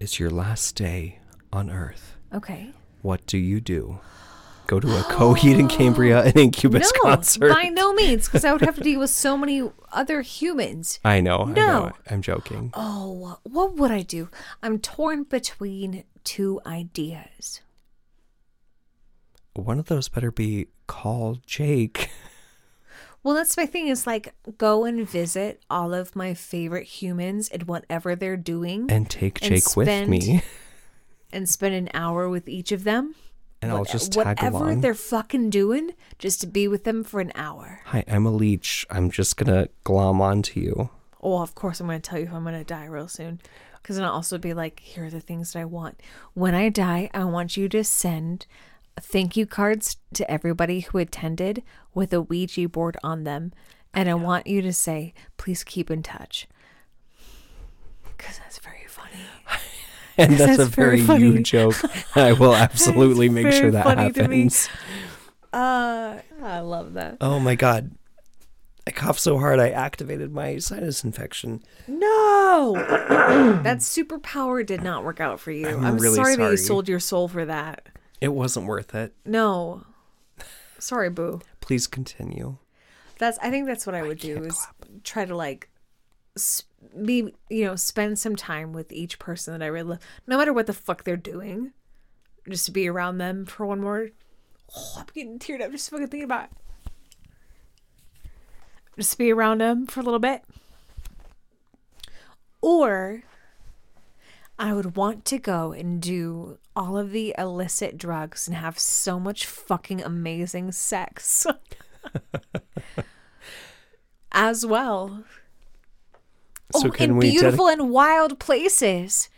C: is your last day on Earth.
B: Okay.
C: What do you do? Go to a Coheed and Cambria and Incubus
B: no,
C: concert.
B: by no means, because I would have to deal with so many other humans.
C: I know. I
B: No.
C: know. I'm joking.
B: Oh, what would I do? I'm torn between two ideas.
C: One of those better be call Jake.
B: Well, that's my thing is like go and visit all of my favorite humans and whatever they're doing
C: and take
B: And
C: Jake with
B: spend-
C: me,
B: and spend an hour with each of them.
C: and I'll just
B: What-
C: tag
B: whatever
C: along.
B: they're fucking doing, just to be with them for an hour.
C: Hi, I'm a leech. I'm just gonna glom onto you.
B: oh, of course I'm going to tell you if I'm going to die real soon. Because then I'll also be like, here are the things that I want. When I die, I want you to send thank you cards to everybody who attended with a Ouija board on them. And I want you to say, please keep in touch. Because that's very funny.
C: And that's,
B: That's
C: a very,
B: very funny.
C: you joke. I will absolutely make
B: very
C: sure that
B: funny to me.
C: happens.
B: Uh, I love that.
A: Oh my god. I coughed so hard I activated my sinus infection.
B: No, that superpower did not work out for you. I'm,
A: I'm really
B: sorry, that you
A: sorry.
B: sold your soul for that.
A: It wasn't worth it.
B: No, sorry, boo.
A: Please continue.
B: That's I think that's what I would do is try to like s- be you know spend some time with each person that I really love, no matter what the fuck they're doing, just to be around them for one more. Oh, I'm getting teared up just fucking thinking about. It. Just be around them for a little bit, or I would want to go and do all of the illicit drugs and have so much fucking amazing sex. As well.
C: So
B: oh,
C: can
B: in
C: we dedi-
B: beautiful and wild places.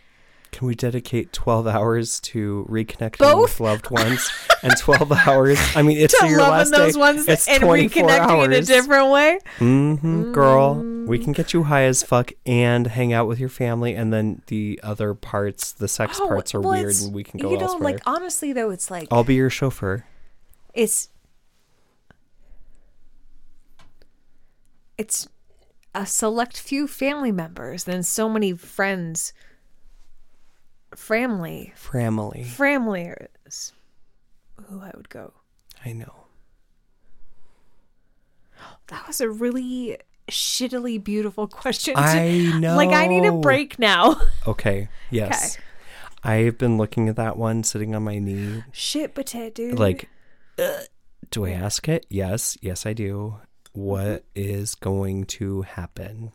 C: Can we dedicate 12 hours to reconnecting with
B: Both?
C: loved ones and 12 hours? I mean, it's
B: To
C: your
B: loving
C: last
B: those
C: day.
B: ones
C: it's
B: and
C: 24
B: reconnecting
C: hours.
B: in a different Mm. way.
C: hmm girl. We can get you high as fuck and hang out with your family, and then the other parts, the sex parts, are
B: well,
C: weird,
B: it's-
C: and we can go
B: Oh, You know,
C: elsewhere. Oh.
B: like honestly though, it's like
C: I'll be your chauffeur.
B: it's it's a select few family members, then so many friends, family,
C: Family.
B: family is who I would go.
C: I know.
B: That was a really shittily beautiful question.
C: I know.
B: Like I need a break now.
C: Okay. Yes. I have been looking at that one sitting on my knee.
B: Shit, potato, dude.
C: Like, uh, do I ask it? Yes. Yes, I do. What is going to happen?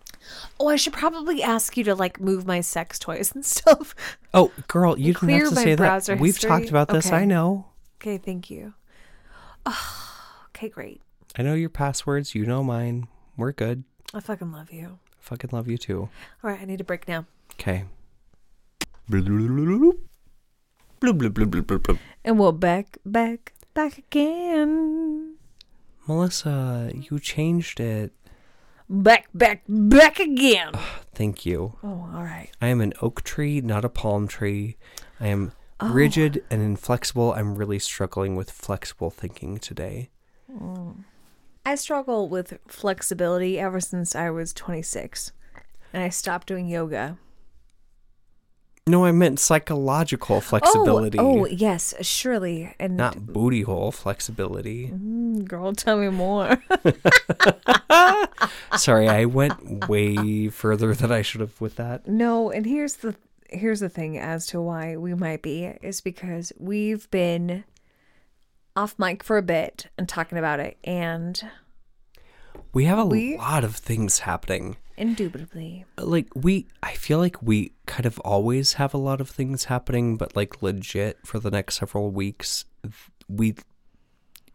B: oh, I should probably ask you to like move my sex toys and stuff.
C: Oh, girl, you didn't
B: Clear
C: have to
B: my
C: say that.
B: browser
C: We've
B: history?
C: talked about this.
B: Okay.
C: I know.
B: Okay, thank you. Oh, okay, great.
C: I know your passwords. You know mine. We're good.
B: I fucking love you.
C: Fucking love you too.
B: All right, I need a break now.
C: Okay.
B: And we'll back, back, back again.
C: Melissa, you changed it.
B: Back, back, back again.
C: Thank you.
B: Oh, all right.
C: I am an oak tree, not a palm tree. I am
B: Oh.
C: rigid and inflexible. I'm really struggling with flexible thinking today.
B: I struggle with flexibility ever since I was 26 and I stopped doing yoga.
C: No, I meant psychological flexibility,
B: Oh, oh yes, surely. And
C: not booty hole flexibility.
B: Mm, girl, tell me more.
C: Sorry, I went way further than I should have with that.
B: no, and here's the here's the thing as to why we might be is because we've been off mic for a bit and talking about it and
C: We have a
B: We-
C: lot of things happening.
B: indubitably
C: Like we I feel like we kind of always have a lot of things happening, but like legit for the next several weeks we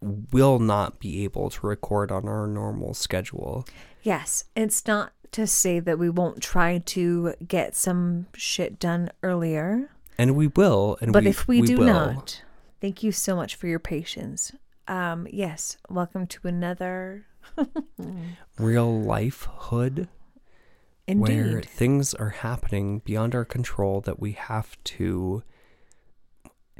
C: will not be able to record on our normal schedule.
B: Yes, it's not to say that we won't try to get some shit done earlier,
C: And we will and
B: but
C: we,
B: if we, do
C: will.
B: not, thank you so much for your patience. Um, yes, welcome to another
C: real life hood where
B: indeed.
C: things are happening beyond our control that we have to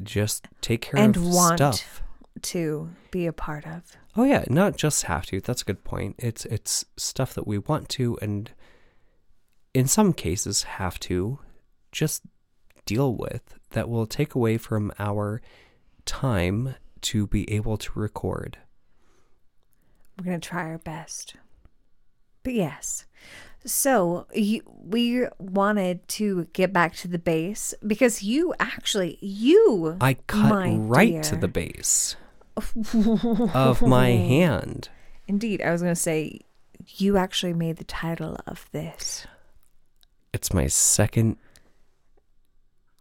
C: just take care
B: And
C: of
B: want.
C: stuff.
B: to be a part of.
C: Oh yeah, not just have to. That's a good point. It's it's stuff that we want to and in some cases have to just deal with that will take away from our time to be able to record.
B: We're going to try our best. But yes. So you, we wanted to get back to the base because you actually you
C: I cut
B: my
C: right to
B: dear.
C: the base of my hand.
B: Indeed, I was going to say you actually made the title of this.
C: It's my second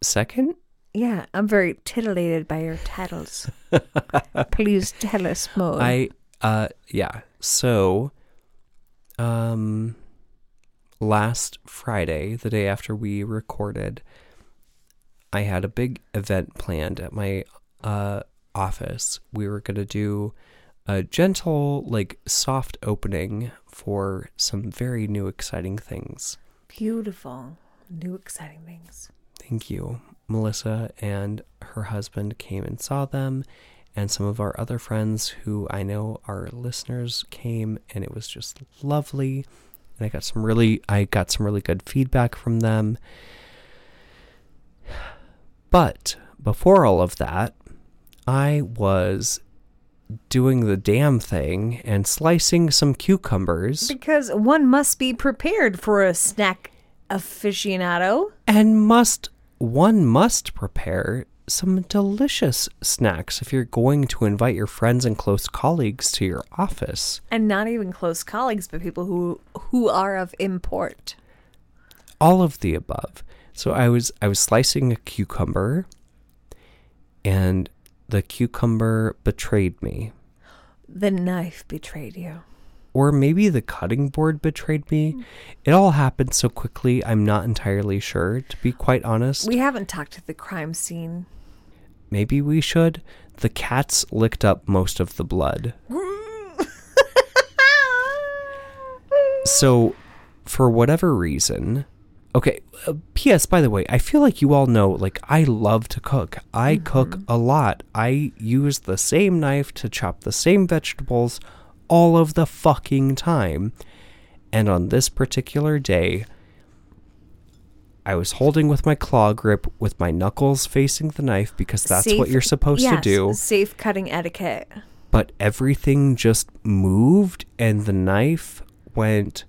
C: second?
B: Yeah, I'm very titillated by your titles. Please tell us more.
C: I uh yeah. So um last Friday, the day after we recorded, I had a big event planned at my uh, office. We were going to do a gentle, like soft opening for some very new, exciting things.
B: Beautiful. New exciting things.
C: Thank you. Melissa and her husband came and saw them, and some of our other friends who I know are listeners came, and it was just lovely. And I got some really, I got some really good feedback from them. But before all of that, I was doing the damn thing and slicing some cucumbers
B: Because one must be prepared for a snack aficionado.
C: and must one must prepare some delicious snacks if you're going to invite your friends and close colleagues to your office.
B: And not even close colleagues, but people who who are of import.
C: all of the above. So I was I was slicing a cucumber and the cucumber betrayed me.
B: The knife betrayed you.
C: Or maybe the cutting board betrayed me. It all happened so quickly, I'm not entirely sure, to be quite honest.
B: We haven't talked to the crime scene.
C: maybe we should. The cats licked up most of the blood. So, for whatever reason, okay. Uh, P.S. By the way, I feel like you all know, like I love to cook. I cook a lot. I use the same knife to chop the same vegetables all of the fucking time. And on this particular day, I was holding with my claw grip with my knuckles facing the knife because that's what
B: Safe-
C: you're supposed
B: yes,
C: to do
B: Safe cutting etiquette.
C: but everything just moved and the knife went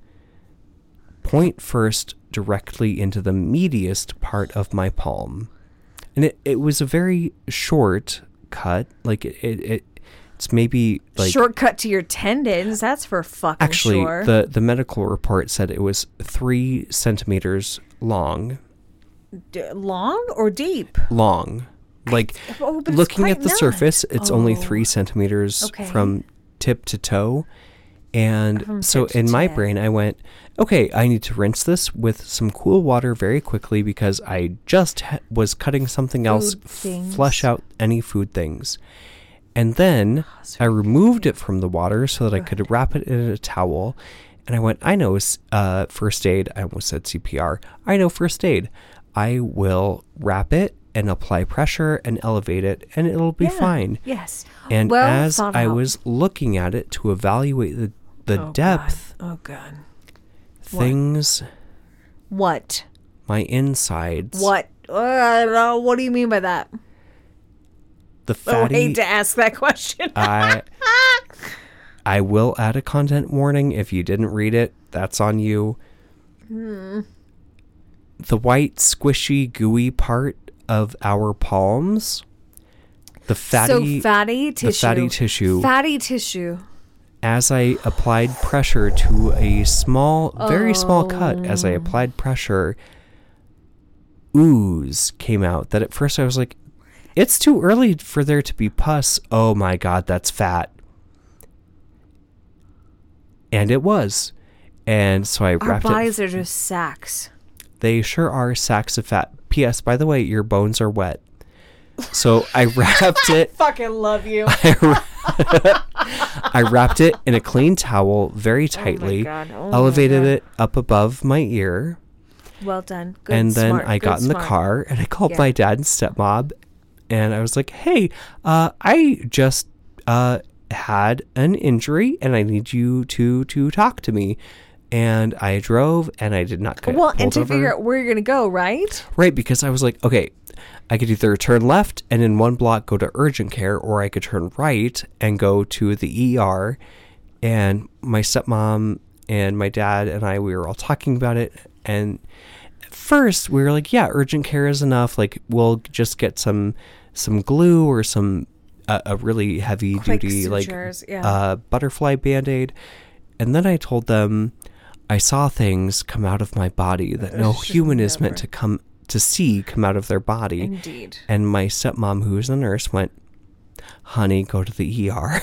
C: point first directly into the meatiest part of my palm. And it, it was a very short cut. Like it, it, it it's maybe like
B: Shortcut to your tendons. That's for fucking
C: actually
B: sure.
C: the, the medical report said it was three centimeters long.
B: D- long or deep?
C: Long. Like
B: Oh, but it's
C: looking at
B: quite
C: the
B: not.
C: surface, it's only
B: Oh.
C: three centimeters
B: Okay.
C: from tip to toe. And
B: From
C: so
B: tip to
C: in my
B: tip.
C: brain, I went, okay, I need to rinse this with some cool water very quickly because I just ha- was cutting something else,
B: Food
C: f-
B: things.
C: flush out any food things. And then
B: Ah,
C: I removed it from the water so that I could wrap it in a towel. And I went, I know s- uh, first aid. I almost said CPR. I know first aid. I will wrap it and apply pressure and elevate it, and it'll be
B: Yeah.
C: fine.
B: Yes.
C: And
B: Well
C: as
B: thought
C: I
B: out.
C: was looking at it to evaluate the, the
B: Oh,
C: depth,
B: God. Oh god. What?
C: things,
B: What?
C: my insides,
B: What? Uh, what do you mean by that?
C: the
B: Oh, I hate
C: fatty
B: to ask that question.
C: I I will add a content warning if you didn't read it. That's on you. The white, squishy, gooey part of our palms, the fatty,
B: so fatty tissue.
C: the fatty tissue.
B: Fatty tissue.
C: as I applied pressure to a small, very small cut, as
B: Oh.
C: I applied pressure, ooze came out. That at first I was like, it's too early for there to be pus. Oh my God, that's fat. And it was. And so I
B: Our
C: wrapped it.
B: bodies are just sacks.
C: They sure are sacks of fat. P.S. By the way, your bones are wet. So I wrapped it
B: Fucking love you.
C: I wra- I wrapped it in a clean towel very tightly,
B: God. Oh my
C: elevated
B: God.
C: it up above my ear,
B: Well done. Good.
C: and then
B: smart,
C: I
B: good,
C: got in the
B: smart.
C: car and I called
B: Yeah.
C: my dad and stepmom, and I was like, "Hey, uh, I just uh, had an injury, and I need you to to talk to me." And I drove, and I did not get
B: Well,
C: pulled
B: and to
C: over.
B: figure out where you're gonna go, right?
C: Right, because I was like, okay, I could either turn left and in one block go to urgent care, or I could turn right and go to the ER. And my stepmom and my dad and I, we were all talking about it. And at first, we were like, yeah, urgent care is enough. Like, we'll just get some some glue or some uh, a really heavy
B: Quick
C: duty like
B: sutures, yeah.
C: uh, butterfly band aid. And then I told them I saw things come out of my body that no human is meant to come to see come out of their body.
B: Indeed.
C: And my stepmom, who is a nurse, went, E
B: Oh
C: Honey, go to the ER.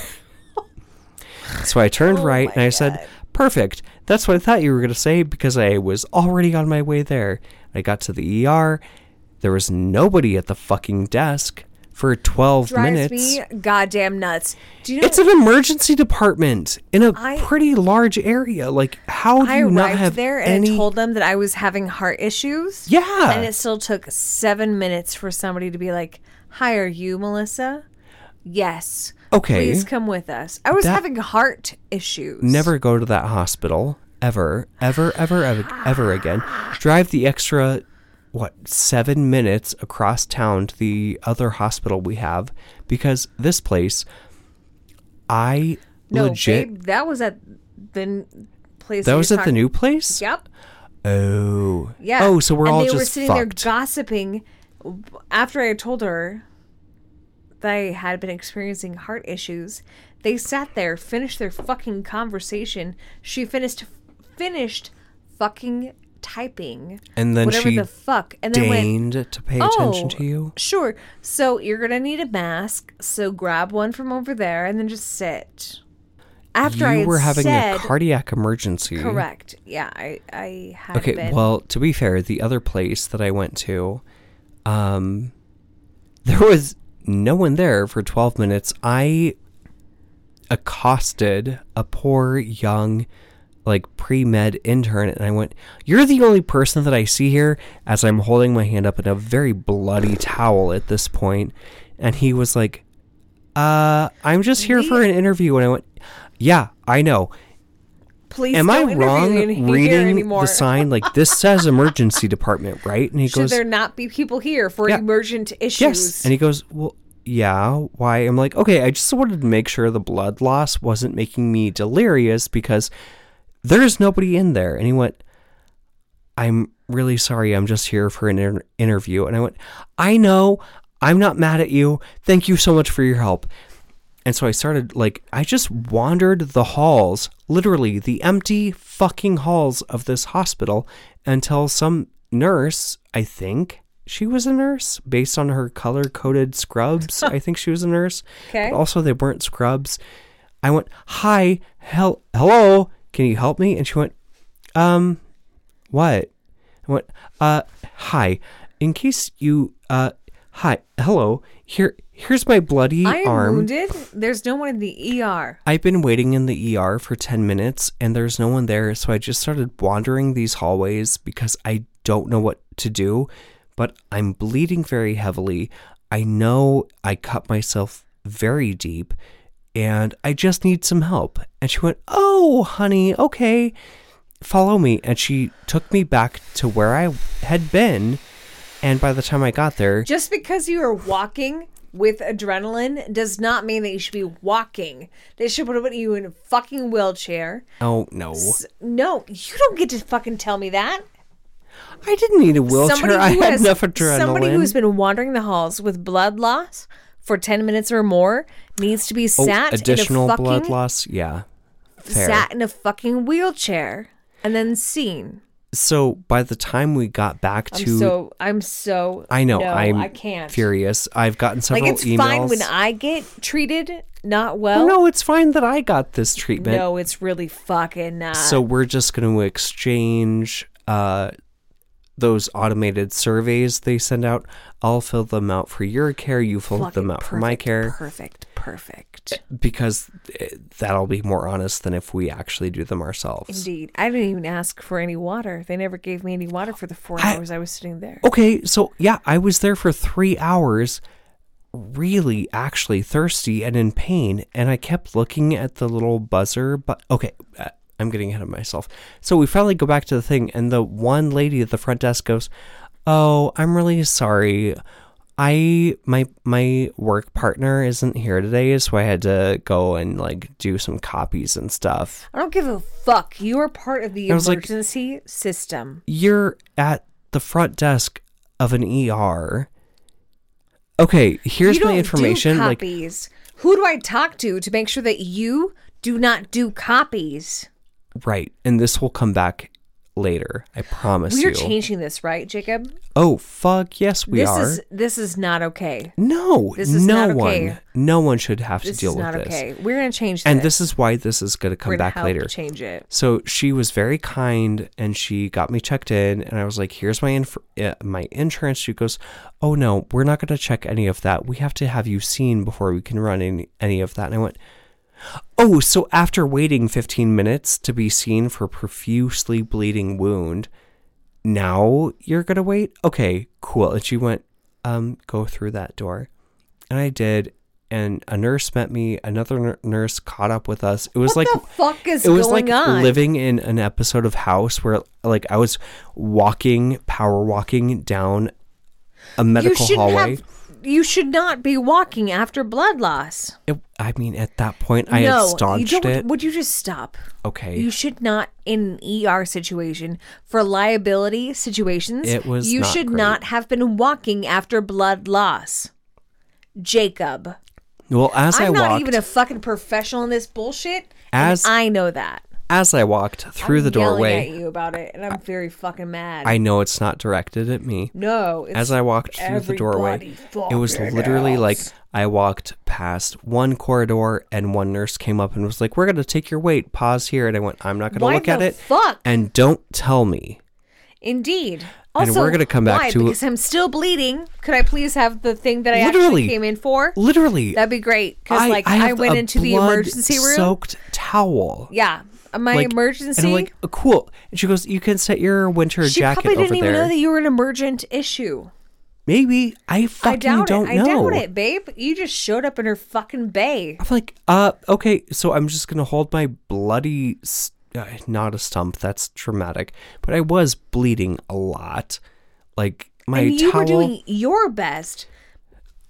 C: so I turned right and I said, Perfect. That's what I thought you were going to say because I was already on my way there. I got to the ER. There was nobody at the fucking desk for 12
B: Drives
C: minutes.
B: me goddamn nuts. Do you know
C: It's an emergency department in a
B: I-
C: pretty large area. Like, how do
B: I
C: you
B: arrived
C: not have
B: there and
C: any?
B: I told them that I was having heart issues.
C: yeah,
B: And it still took seven minutes for somebody to be like, Hi, are you Melissa? Yes.
C: Okay.
B: Please come with us. I was
C: That-
B: having heart issues.
C: never go to that hospital ever, ever, ever, ever, ever again. Drive the extra, what, seven minutes across town to the other hospital we have because this place, I
B: No,
C: legit.
B: babe, that was at the n- place.
C: that
B: we
C: was at the
B: talked-
C: new place.
B: Yep.
C: Oh.
B: Yeah.
C: Oh, so we're
B: and
C: all
B: they
C: just
B: were sitting
C: fucked.
B: there gossiping after I told her that I had been experiencing heart issues. They sat there, finished their fucking conversation. She finished finished fucking typing.
C: And then
B: whatever
C: she
B: the fuck. And then went "Oh,"
C: deigned to pay attention to you.
B: Sure. So you're gonna need a mask. So grab one from over there and then just sit. After
C: you
B: I had
C: were having
B: said,
C: a cardiac emergency.
B: correct. Yeah, I I had
C: Okay,
B: been.
C: well, to be fair, the other place that I went to, um, there was no one there for 12 minutes. I accosted a poor young, like pre med intern, and I went, You're the only person that I see here, as I'm holding my hand up in a very bloody towel at this point. And he was like, uh, I'm just here for an interview. And I went, Yeah, I know.
B: Please
C: Am
B: don't
C: I
B: interview
C: wrong
B: me in here
C: reading
B: anymore.
C: the sign? Like, this says emergency department, right? And he
B: Should
C: goes,
B: there not be people here for
C: Yeah.
B: emergent issues?
C: Yes. And he goes, Well, yeah, why? I'm like, Okay, I just wanted to make sure the blood loss wasn't making me delirious because there's nobody in there. And he went, I'm really sorry. I'm just here for an inter- interview. And I went, I know. I'm not mad at you. Thank you so much for your help. And so I started, like, I just wandered the halls, literally the empty fucking halls of this hospital until some nurse, I think she was a nurse based on her color coded scrubs. I think she was a nurse.
B: Okay.
C: But also, they weren't scrubs. I went, Hi, hel- hello, can you help me? And she went, Um, what? I went, uh, hi. In case you, uh, hi, hello. Here, here's my bloody
B: I am
C: arm.
B: wounded. There's no one in the ER.
C: I've been waiting in the ER for 10 minutes and there's no one there, so I just started wandering these hallways because I don't know what to do, but I'm bleeding very heavily. I know I cut myself very deep and I just need some help. And she went, Oh, honey, okay, follow me. And she took me back to where I had been. And by the time I got there,
B: Just because you are walking with adrenaline does not mean that you should be walking. They should put you in a fucking wheelchair.
C: oh no,
B: S- No, you don't get to fucking tell me that.
C: I didn't need a wheelchair. I had enough adrenaline.
B: Somebody who's been wandering the halls with blood loss for 10 minutes or more needs to be
C: Oh,
B: sat
C: additional
B: in a fucking
C: blood loss. Yeah. Fair.
B: sat in a fucking wheelchair and then seen.
C: so by the time we got back
B: I'm
C: to,
B: so I'm so
C: I know
B: no,
C: I'm
B: I can't.
C: furious. I've gotten
B: Like
C: several
B: it's
C: emails.
B: fine when I get treated not well.
C: Oh, no, it's fine that I got this treatment.
B: No, it's really fucking not.
C: So we're just going to exchange uh, those automated surveys they send out. I'll fill them out for your care. You fill them out for my care.
B: Perfect, perfect.
C: because eh, that'll be more honest than if we actually do them ourselves.
B: Indeed. I didn't even ask for any water. They never gave me any water for the four
C: I-
B: hours I was sitting there.
C: Okay, so yeah, I was there for three hours, really actually thirsty and in pain, and I kept looking at the little buzzer. But okay, uh, I'm getting ahead of myself. So we finally go back to the thing, and the one lady at the front desk goes, "Oh, I'm really sorry." I my my work partner isn't here today, so I had to go and like do some copies and stuff.
B: I don't give a fuck. You are part of the
C: I was like-
B: emergency system.
C: you're at the front desk of an ER. Okay, here's
B: you don't
C: my information.
B: Do
C: Like,
B: copies. Who do I talk to to make sure that you do not do copies?
C: right, and this will come back later. I promise
B: We're
C: you.
B: changing this, right, Jacob?
C: oh fuck, yes we
B: this
C: are.
B: is this is not okay.
C: no,
B: This is
C: no
B: not
C: one,
B: okay.
C: no one should have
B: This
C: to deal
B: is
C: with
B: not
C: this.
B: okay. We're gonna change
C: And
B: this.
C: this is why this is going to come
B: We're gonna
C: back
B: help
C: later.
B: Change it.
C: So she was very kind and she got me checked in and I was like, "Here's my inf- uh, my insurance." She goes, "Oh no, we're not going to check any of that. We have to have you seen before we can run any any of that." And I went, "Oh, so after waiting 15 minutes to be seen for profusely bleeding wound, now you're going to wait? Okay, cool." And she went, "Um, go through that door." And I did. And a nurse met me. Another nur- nurse caught up with us. It was
B: What
C: like
B: the fuck is
C: it was
B: going
C: like
B: on?
C: living in an episode of House where like I was walking, power walking down a
B: you
C: medical
B: shouldn't
C: hallway.
B: have. You should not be walking after blood loss.
C: It- I mean, at that point, I
B: no,
C: had
B: you
C: staunched
B: don't,
C: it.
B: Would you just stop?
C: okay,
B: You should not in an ER situation for liability situations.
C: It was
B: you
C: not
B: should
C: great.
B: not have been walking after blood loss, Jacob.
C: well, as I
B: I'm not
C: walked,
B: even a fucking professional in this bullshit. and
C: As-
B: I know that
C: as I walked through
B: I'm
C: the
B: yelling
C: doorway,
B: at you about it, and I'm very fucking mad.
C: I know it's not directed at me.
B: no. It's
C: as I walked through the doorway,
B: everybody
C: it was
B: fucking
C: literally like
B: else.
C: I walked past one corridor and one nurse came up and was like, "We're gonna take your weight. Pause here." And I went, "I'm not gonna
B: Why
C: look at
B: the
C: it."
B: fuck?
C: And don't tell me
B: Indeed.
C: And
B: Also,
C: we're gonna come back
B: why?
C: to-
B: because I'm still bleeding. Could I please have the thing that I
C: Literally.
B: actually came in for?
C: literally.
B: That'd be great. Because like
C: have
B: I, went
C: a
B: into the
C: blood
B: emergency room.
C: Soaked towel.
B: yeah, my
C: Like, And
B: emergency.
C: I'm like, "Oh, cool. And she goes, you can set your winter
B: she
C: jacket
B: probably didn't
C: over
B: even
C: there.
B: know that you were an emergent issue.
C: Maybe I fucking
B: I doubt
C: don't
B: it. I
C: know.
B: doubt it, babe. You just showed up in her fucking bay.
C: I'm like, uh, okay. So I'm just gonna hold my bloody, s uh, not a stump. That's traumatic. But I was bleeding a lot. Like my
B: and you
C: towel.
B: were doing your best.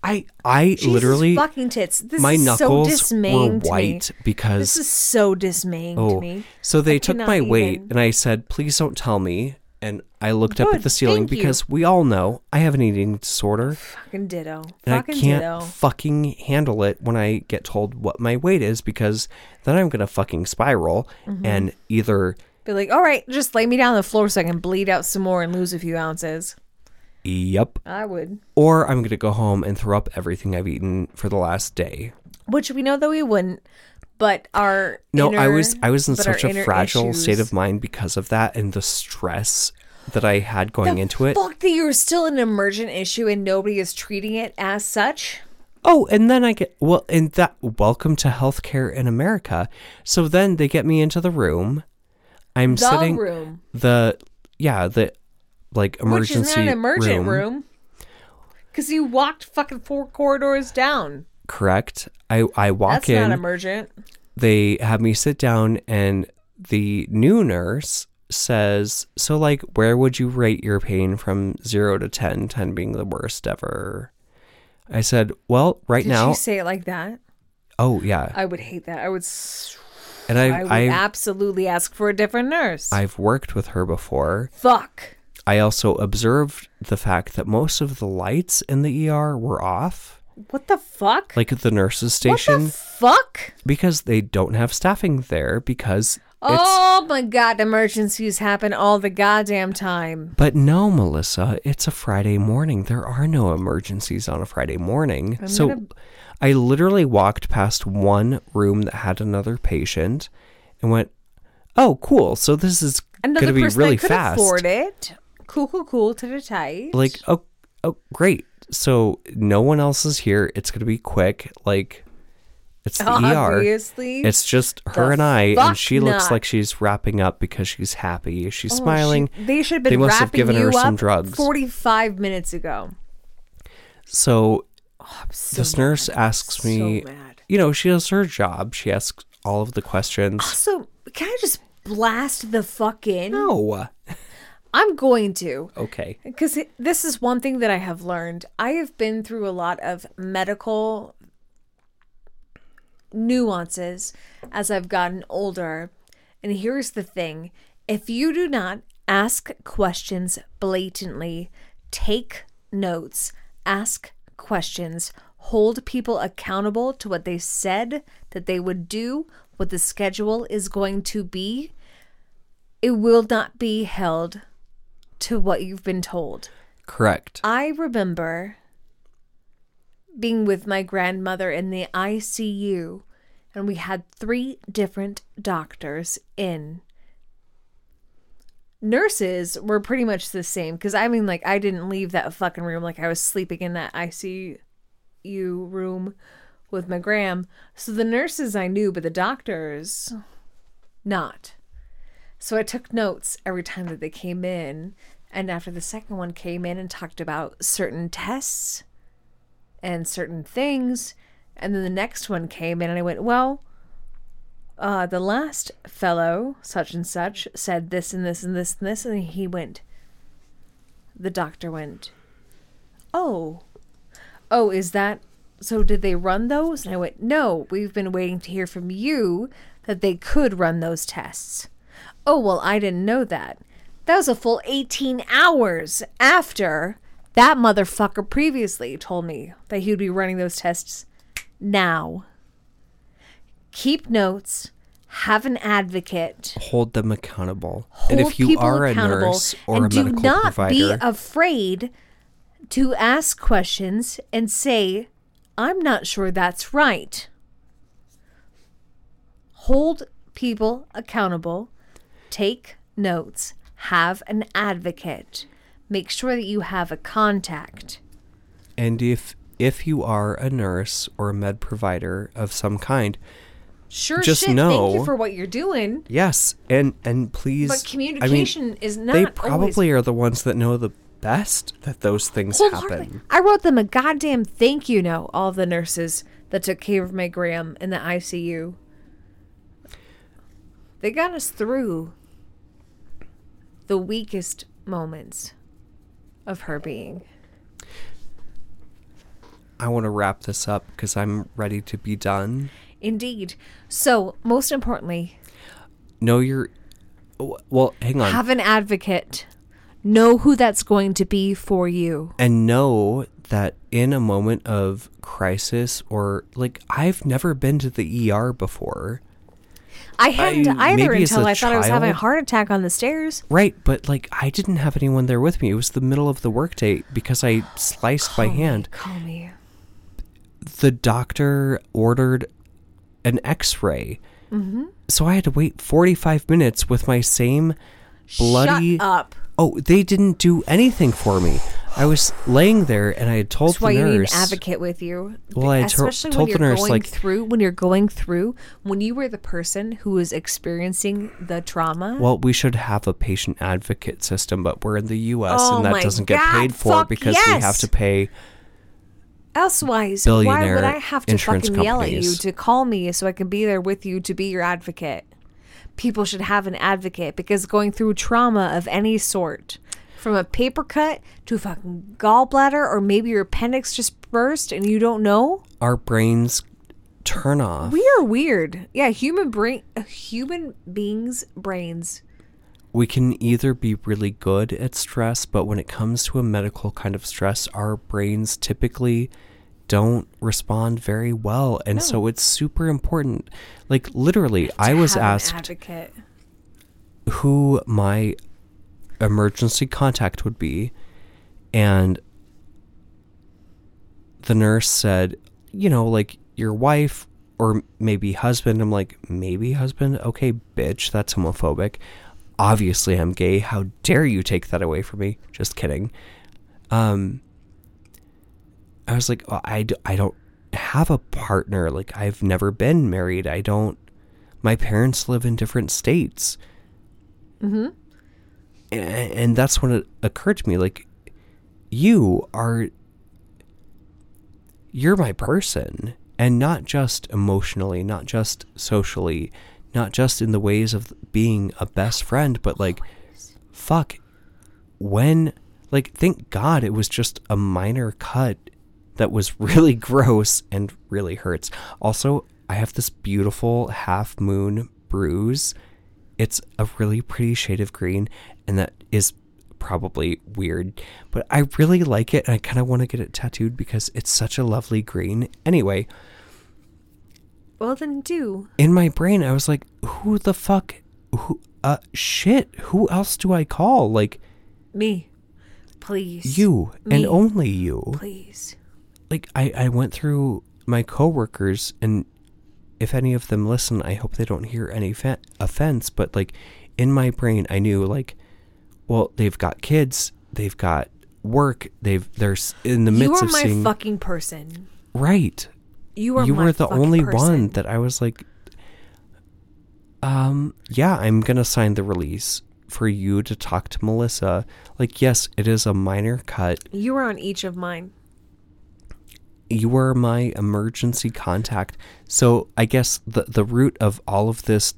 C: I I
B: Jesus
C: literally
B: fucking tits. This
C: my
B: is
C: knuckles
B: so
C: were
B: dismaying
C: white
B: To me.
C: because
B: This is so dismaying to
C: Oh,
B: me.
C: so they
B: I
C: took
B: cannot
C: my weight,
B: even.
C: and I said, "Please don't tell me." And I looked up at
B: Good,
C: the ceiling
B: thank you.
C: because we all know I have an eating disorder,
B: Fucking ditto.
C: and
B: fucking
C: I can't
B: ditto.
C: fucking handle it when I get told what my weight is because then I'm gonna fucking spiral
B: Mm-hmm.
C: and either
B: Be like, all right, just lay me down on the floor so I can bleed out some more and lose a few ounces.
C: yep,
B: I would.
C: or I'm gonna go home and throw up everything I've eaten for the last day.
B: Which we know that we wouldn't, but our
C: No, I
B: inner-
C: was I was in
B: but our
C: such a
B: inner
C: fragile state
B: issues-
C: of mind because of that and the stress that I had going
B: The
C: into it.
B: Fuck that you're still an emergent issue and nobody is treating it as such.
C: Oh, and then I get well, and that welcome to healthcare in America. So then they get me into the room. I'm
B: The
C: sitting
B: room,
C: the yeah the like
B: which
C: emergency
B: is not an emergent
C: room,
B: room, because you walked fucking four corridors down.
C: correct. I I walk
B: That's
C: in.
B: not emergent.
C: they have me sit down, and the new nurse says, "So like, where would you rate your pain from zero to 10, 10 being the worst ever?" I said, "Well, right
B: Did
C: now,
B: you say it like that?
C: oh yeah,"
B: I would hate that. I would. s-
C: and
B: I would
C: I I
B: absolutely ask for a different nurse.
C: I've worked with her before.
B: Fuck.
C: I also observed the fact that most of the lights in the ER were off,
B: What the fuck?
C: like at the nurses'
B: what
C: station,
B: the fuck?
C: because they don't have staffing there because it's.
B: oh my god, emergencies happen all the goddamn time.
C: But no, Melissa, it's a Friday morning. There are no emergencies on a Friday morning. so
B: gonna-
C: I literally walked past one room that had another patient and went, oh, cool. So this is going
B: Another
C: to be
B: person
C: really
B: that could
C: fast.
B: afford it. Cool, cool, cool. To the tight.
C: like oh oh great so no one else is here it's gonna be quick like it's the er
B: obviously.
C: it's just her and i
B: fuck
C: and she looks
B: not.
C: like she's wrapping up because she's happy she's
B: Oh,
C: smiling
B: she- they should have been.
C: they must have
B: wrapping
C: given her
B: you
C: some
B: up
C: drugs.
B: Forty-five minutes ago.
C: so
B: I'm so
C: this
B: mad.
C: nurse asks
B: So
C: me
B: mad.
C: you know she does her job she asks all of the questions
B: Also, can I just blast the fuck in?
C: no
B: I'm going to.
C: okay
B: Because this is one thing that I have learned. I have been through a lot of medical nuances as I've gotten older. And here's the thing if you do not ask questions blatantly, take notes, ask questions, hold people accountable to what they said that they would do, what the schedule is going to be, it will not be held to what you've been told.
C: Correct.
B: I remember being with my grandmother in the ICU, and we had three different doctors in. Nurses were pretty much the same because I mean, like, I didn't leave that fucking room. Like, I was sleeping in that ICU room with my gram. So the nurses I knew, but the doctors, not. So I took notes every time that they came in. And after the second one came in and talked about certain tests and certain things. And then the next one came in and I went, well, uh, the last fellow, such and such, said this and this and this and this. And he went, the doctor went, oh, oh, is that so? Did they run those? And I went, no, we've been waiting to hear from you that they could run those tests. Oh, well, I didn't know that. That was a full 18 hours after that motherfucker previously told me that he would be running those tests now. Keep notes, have an advocate.
C: Hold them accountable.
B: Hold
C: and if you
B: people
C: are a
B: accountable,
C: nurse or
B: and
C: a medical
B: do not be
C: provider,
B: afraid to ask questions and say, "I'm not sure that's right." Hold people accountable. Take notes. Have an advocate. Make sure that you have a contact.
C: and if if you are a nurse or a med provider of some kind,
B: Sure,
C: Just
B: shit. Thank you
C: know-
B: for what you're doing,
C: yes, and and please,
B: but
C: I mean,
B: communication is not.
C: they
B: always
C: probably are the ones that know the best that those things
B: Wholeheartedly.
C: happen.
B: I wrote them a goddamn thank you note, all the nurses that took care of my Graham in the ICU. They got us through the weakest moments of her being.
C: I want to wrap this up because I'm ready to be done.
B: Indeed. So, most importantly,
C: Know your w- well. Hang on.
B: have an advocate. Know who that's going to be for you.
C: and know that in a moment of crisis or like I've never been to the ER before.
B: I hadn't
C: I-
B: either
C: maybe as
B: until
C: a
B: I thought I was having a
C: child-
B: heart attack on the stairs.
C: Right, but like I didn't have anyone there with me. It was the middle of the workday because I sliced by
B: Call me,
C: hand.
B: Call me.
C: The doctor ordered an x-ray.
B: Mm-hmm.
C: So I had to wait 45 minutes with my same bloody
B: Shut up.
C: Oh, they didn't do anything for me. I was laying there and I had told
B: That's why
C: the
B: you
C: nurse
B: need an advocate with you.
C: Well, I to-
B: especially
C: told
B: when
C: the
B: you're
C: nurse,
B: going
C: like-
B: through when you're going through when you were the person who was experiencing the trauma.
C: Well, we should have a patient advocate system, but we're in the U.S.
B: Oh
C: and that
B: my
C: doesn't get
B: God,
C: paid for
B: fuck
C: because we have
B: yes.
C: to pay.
B: Elsewise, why would
C: billionaire
B: I have to
C: insurance
B: fucking yell at you
C: companies.
B: to call me so I can be there with you to be your advocate? People should have an advocate because going through trauma of any sort, from a paper cut to fucking gallbladder, or maybe your appendix just burst and you don't know.
C: Our brains turn off. We,
B: We are weird. Yeah, human brain, human beings' brains
C: can either be really good at stress, but when it comes to a medical kind of stress, our brains typically don't respond very well. And so it's super important. Like, literally, I was
B: have an
C: asked
B: advocate.
C: who my emergency contact would be and the nurse said you know like your wife or maybe husband i'm like maybe husband okay bitch that's homophobic obviously i'm gay how dare you take that away from me just kidding um i was like "Oh, I, d- I don't have a partner like i've never been married i don't my parents live in different states a- and that's when it occurred to me like you are you're my person and not just emotionally not just socially not just in the ways of being a best friend but like fuck when like thank god it was just a minor cut that was really gross and really hurts also i have this beautiful half moon bruise it's a really pretty shade of green and that is probably weird but i really like it and i kind of want to get it tattooed because it's such a lovely green anyway
B: Well, then do.
C: in my brain i was like who the fuck who uh, shit, who else do I call? Like
B: Me. Please.
C: you
B: Me.
C: and only you.
B: Please.
C: Like I, I went through my coworkers and if any of them listen, I hope they don't hear any fa- offense, but like in my brain I knew like well, they've got kids, they've got work, they've they're s- in the
B: You
C: midst
B: are
C: of
B: my
C: seeing
B: fucking person.
C: right.
B: You are
C: you
B: my
C: were the
B: fucking
C: only one
B: person.
C: that I was like, um, yeah, I'm gonna sign the release for you to talk to Melissa. Like, yes, it is a minor cut.
B: You were on each of mine.
C: You were my emergency contact. So I guess the the root of all of this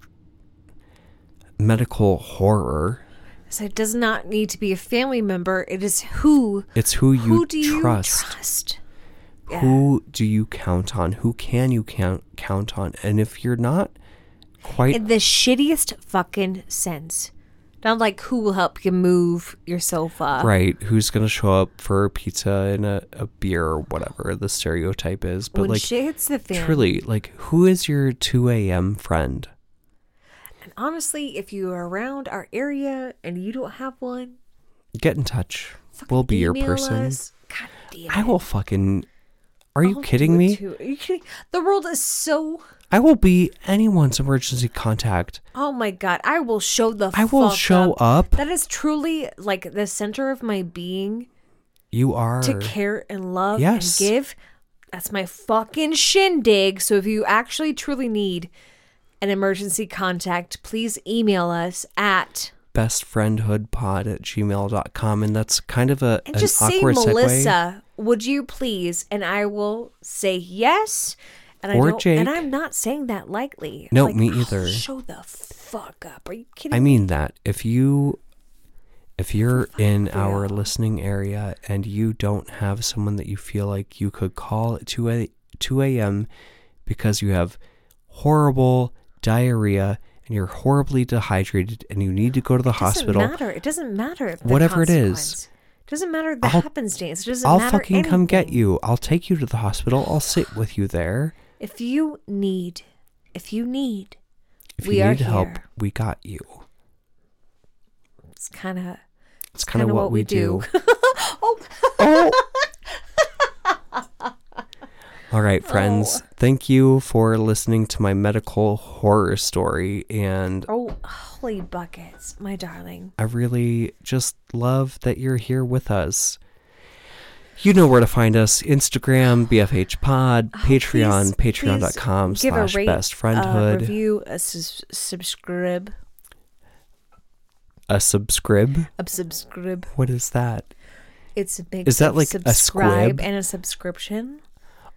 C: medical horror,
B: So it does not need to be a family member. It is who
C: it's who you
B: who do you
C: trust.
B: trust?
C: Who do you count on? Who can you count count on? And if you're not quite
B: In the shittiest fucking sense. Not like who will help you move your sofa.
C: right who's gonna show up for pizza and a, a beer or whatever the stereotype is but
B: when
C: like
B: shit hits the fan.
C: truly like who is your 2 a.m friend
B: And honestly, if you are around our area and you don't have one,
C: get in touch
B: fucking
C: we'll be your
B: email
C: person
B: us. God damn
C: i
B: it.
C: will fucking are you
B: I'll do
C: kidding
B: it
C: me
B: too. Are Oh, you kidding? The world is so.
C: i will be anyone's emergency contact
B: Oh my god! I will show the.
C: I will
B: fuck
C: show up.
B: That is truly like the center of my being
C: you are
B: to care and love
C: Yes.
B: and give. That's my fucking shindig. So if you actually truly need an emergency contact, please email us at
C: bestfriendhoodpod at gmail.com and that's kind of a
B: and
C: an
B: just say
C: awkward segue
B: Melissa, would you please? And I will say yes. And I
C: Or
B: don't,
C: Jake.
B: and I'm not saying that lightly.
C: No,
B: Like,
C: me
B: I'll
C: either.
B: Show the fuck up. Are you kidding?
C: I mean that if you if you're in
B: for
C: our
B: real.
C: listening area and you don't have someone that you feel like you could call at 2 a, 2 a.m. because you have horrible diarrhea and you're horribly dehydrated and you need to go to the
B: doesn't
C: hospital,
B: Matter. It doesn't matter if the
C: Whatever it is.
B: consequence- doesn't matter the
C: I'll-
B: happenstance. It doesn't
C: I'll
B: matter.
C: fucking come get
B: anything.
C: you. I'll take you to the hospital. I'll sit with you there.
B: If you need, if you need,
C: If
B: we
C: you
B: are
C: need help,
B: here.
C: we got you.
B: It's kind of
C: It's kind of what, we do.
B: oh,
C: All right, friends.
B: Oh.
C: Thank you for listening to my medical horror story. And
B: oh, holy buckets, my darling.
C: I really just love that you're here with us. You know where to find us Instagram, BFH Pod, Patreon,
B: Oh, Please-
C: patreon.com
B: please give a
C: slash
B: rate,
C: best
B: a
C: friendhood.
B: review, a sus- subscribe,
C: A subscribe?
B: a uh, subscribe.
C: What is that?
B: It's a big.
C: Is that like a
B: subscribe
C: squib?
B: and a subscription?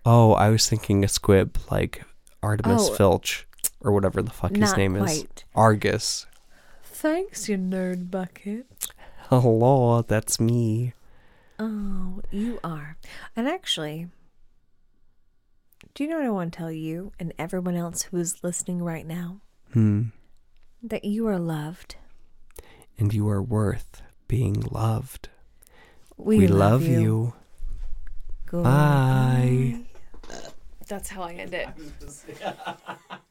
C: Oh, I was thinking a squib like Artemis
B: Oh.
C: Filch or whatever the fuck his
B: Not
C: name is.
B: quite.
C: Argus.
B: Thanks, you nerd bucket.
C: Hello, that's me.
B: Oh, you are. And actually, do you know what I want to tell you and everyone else who is listening right now?
C: Hmm.
B: That you are loved.
C: And you are worth being loved.
B: We,
C: love, you. Bye.
B: Goodbye. That's how I end it.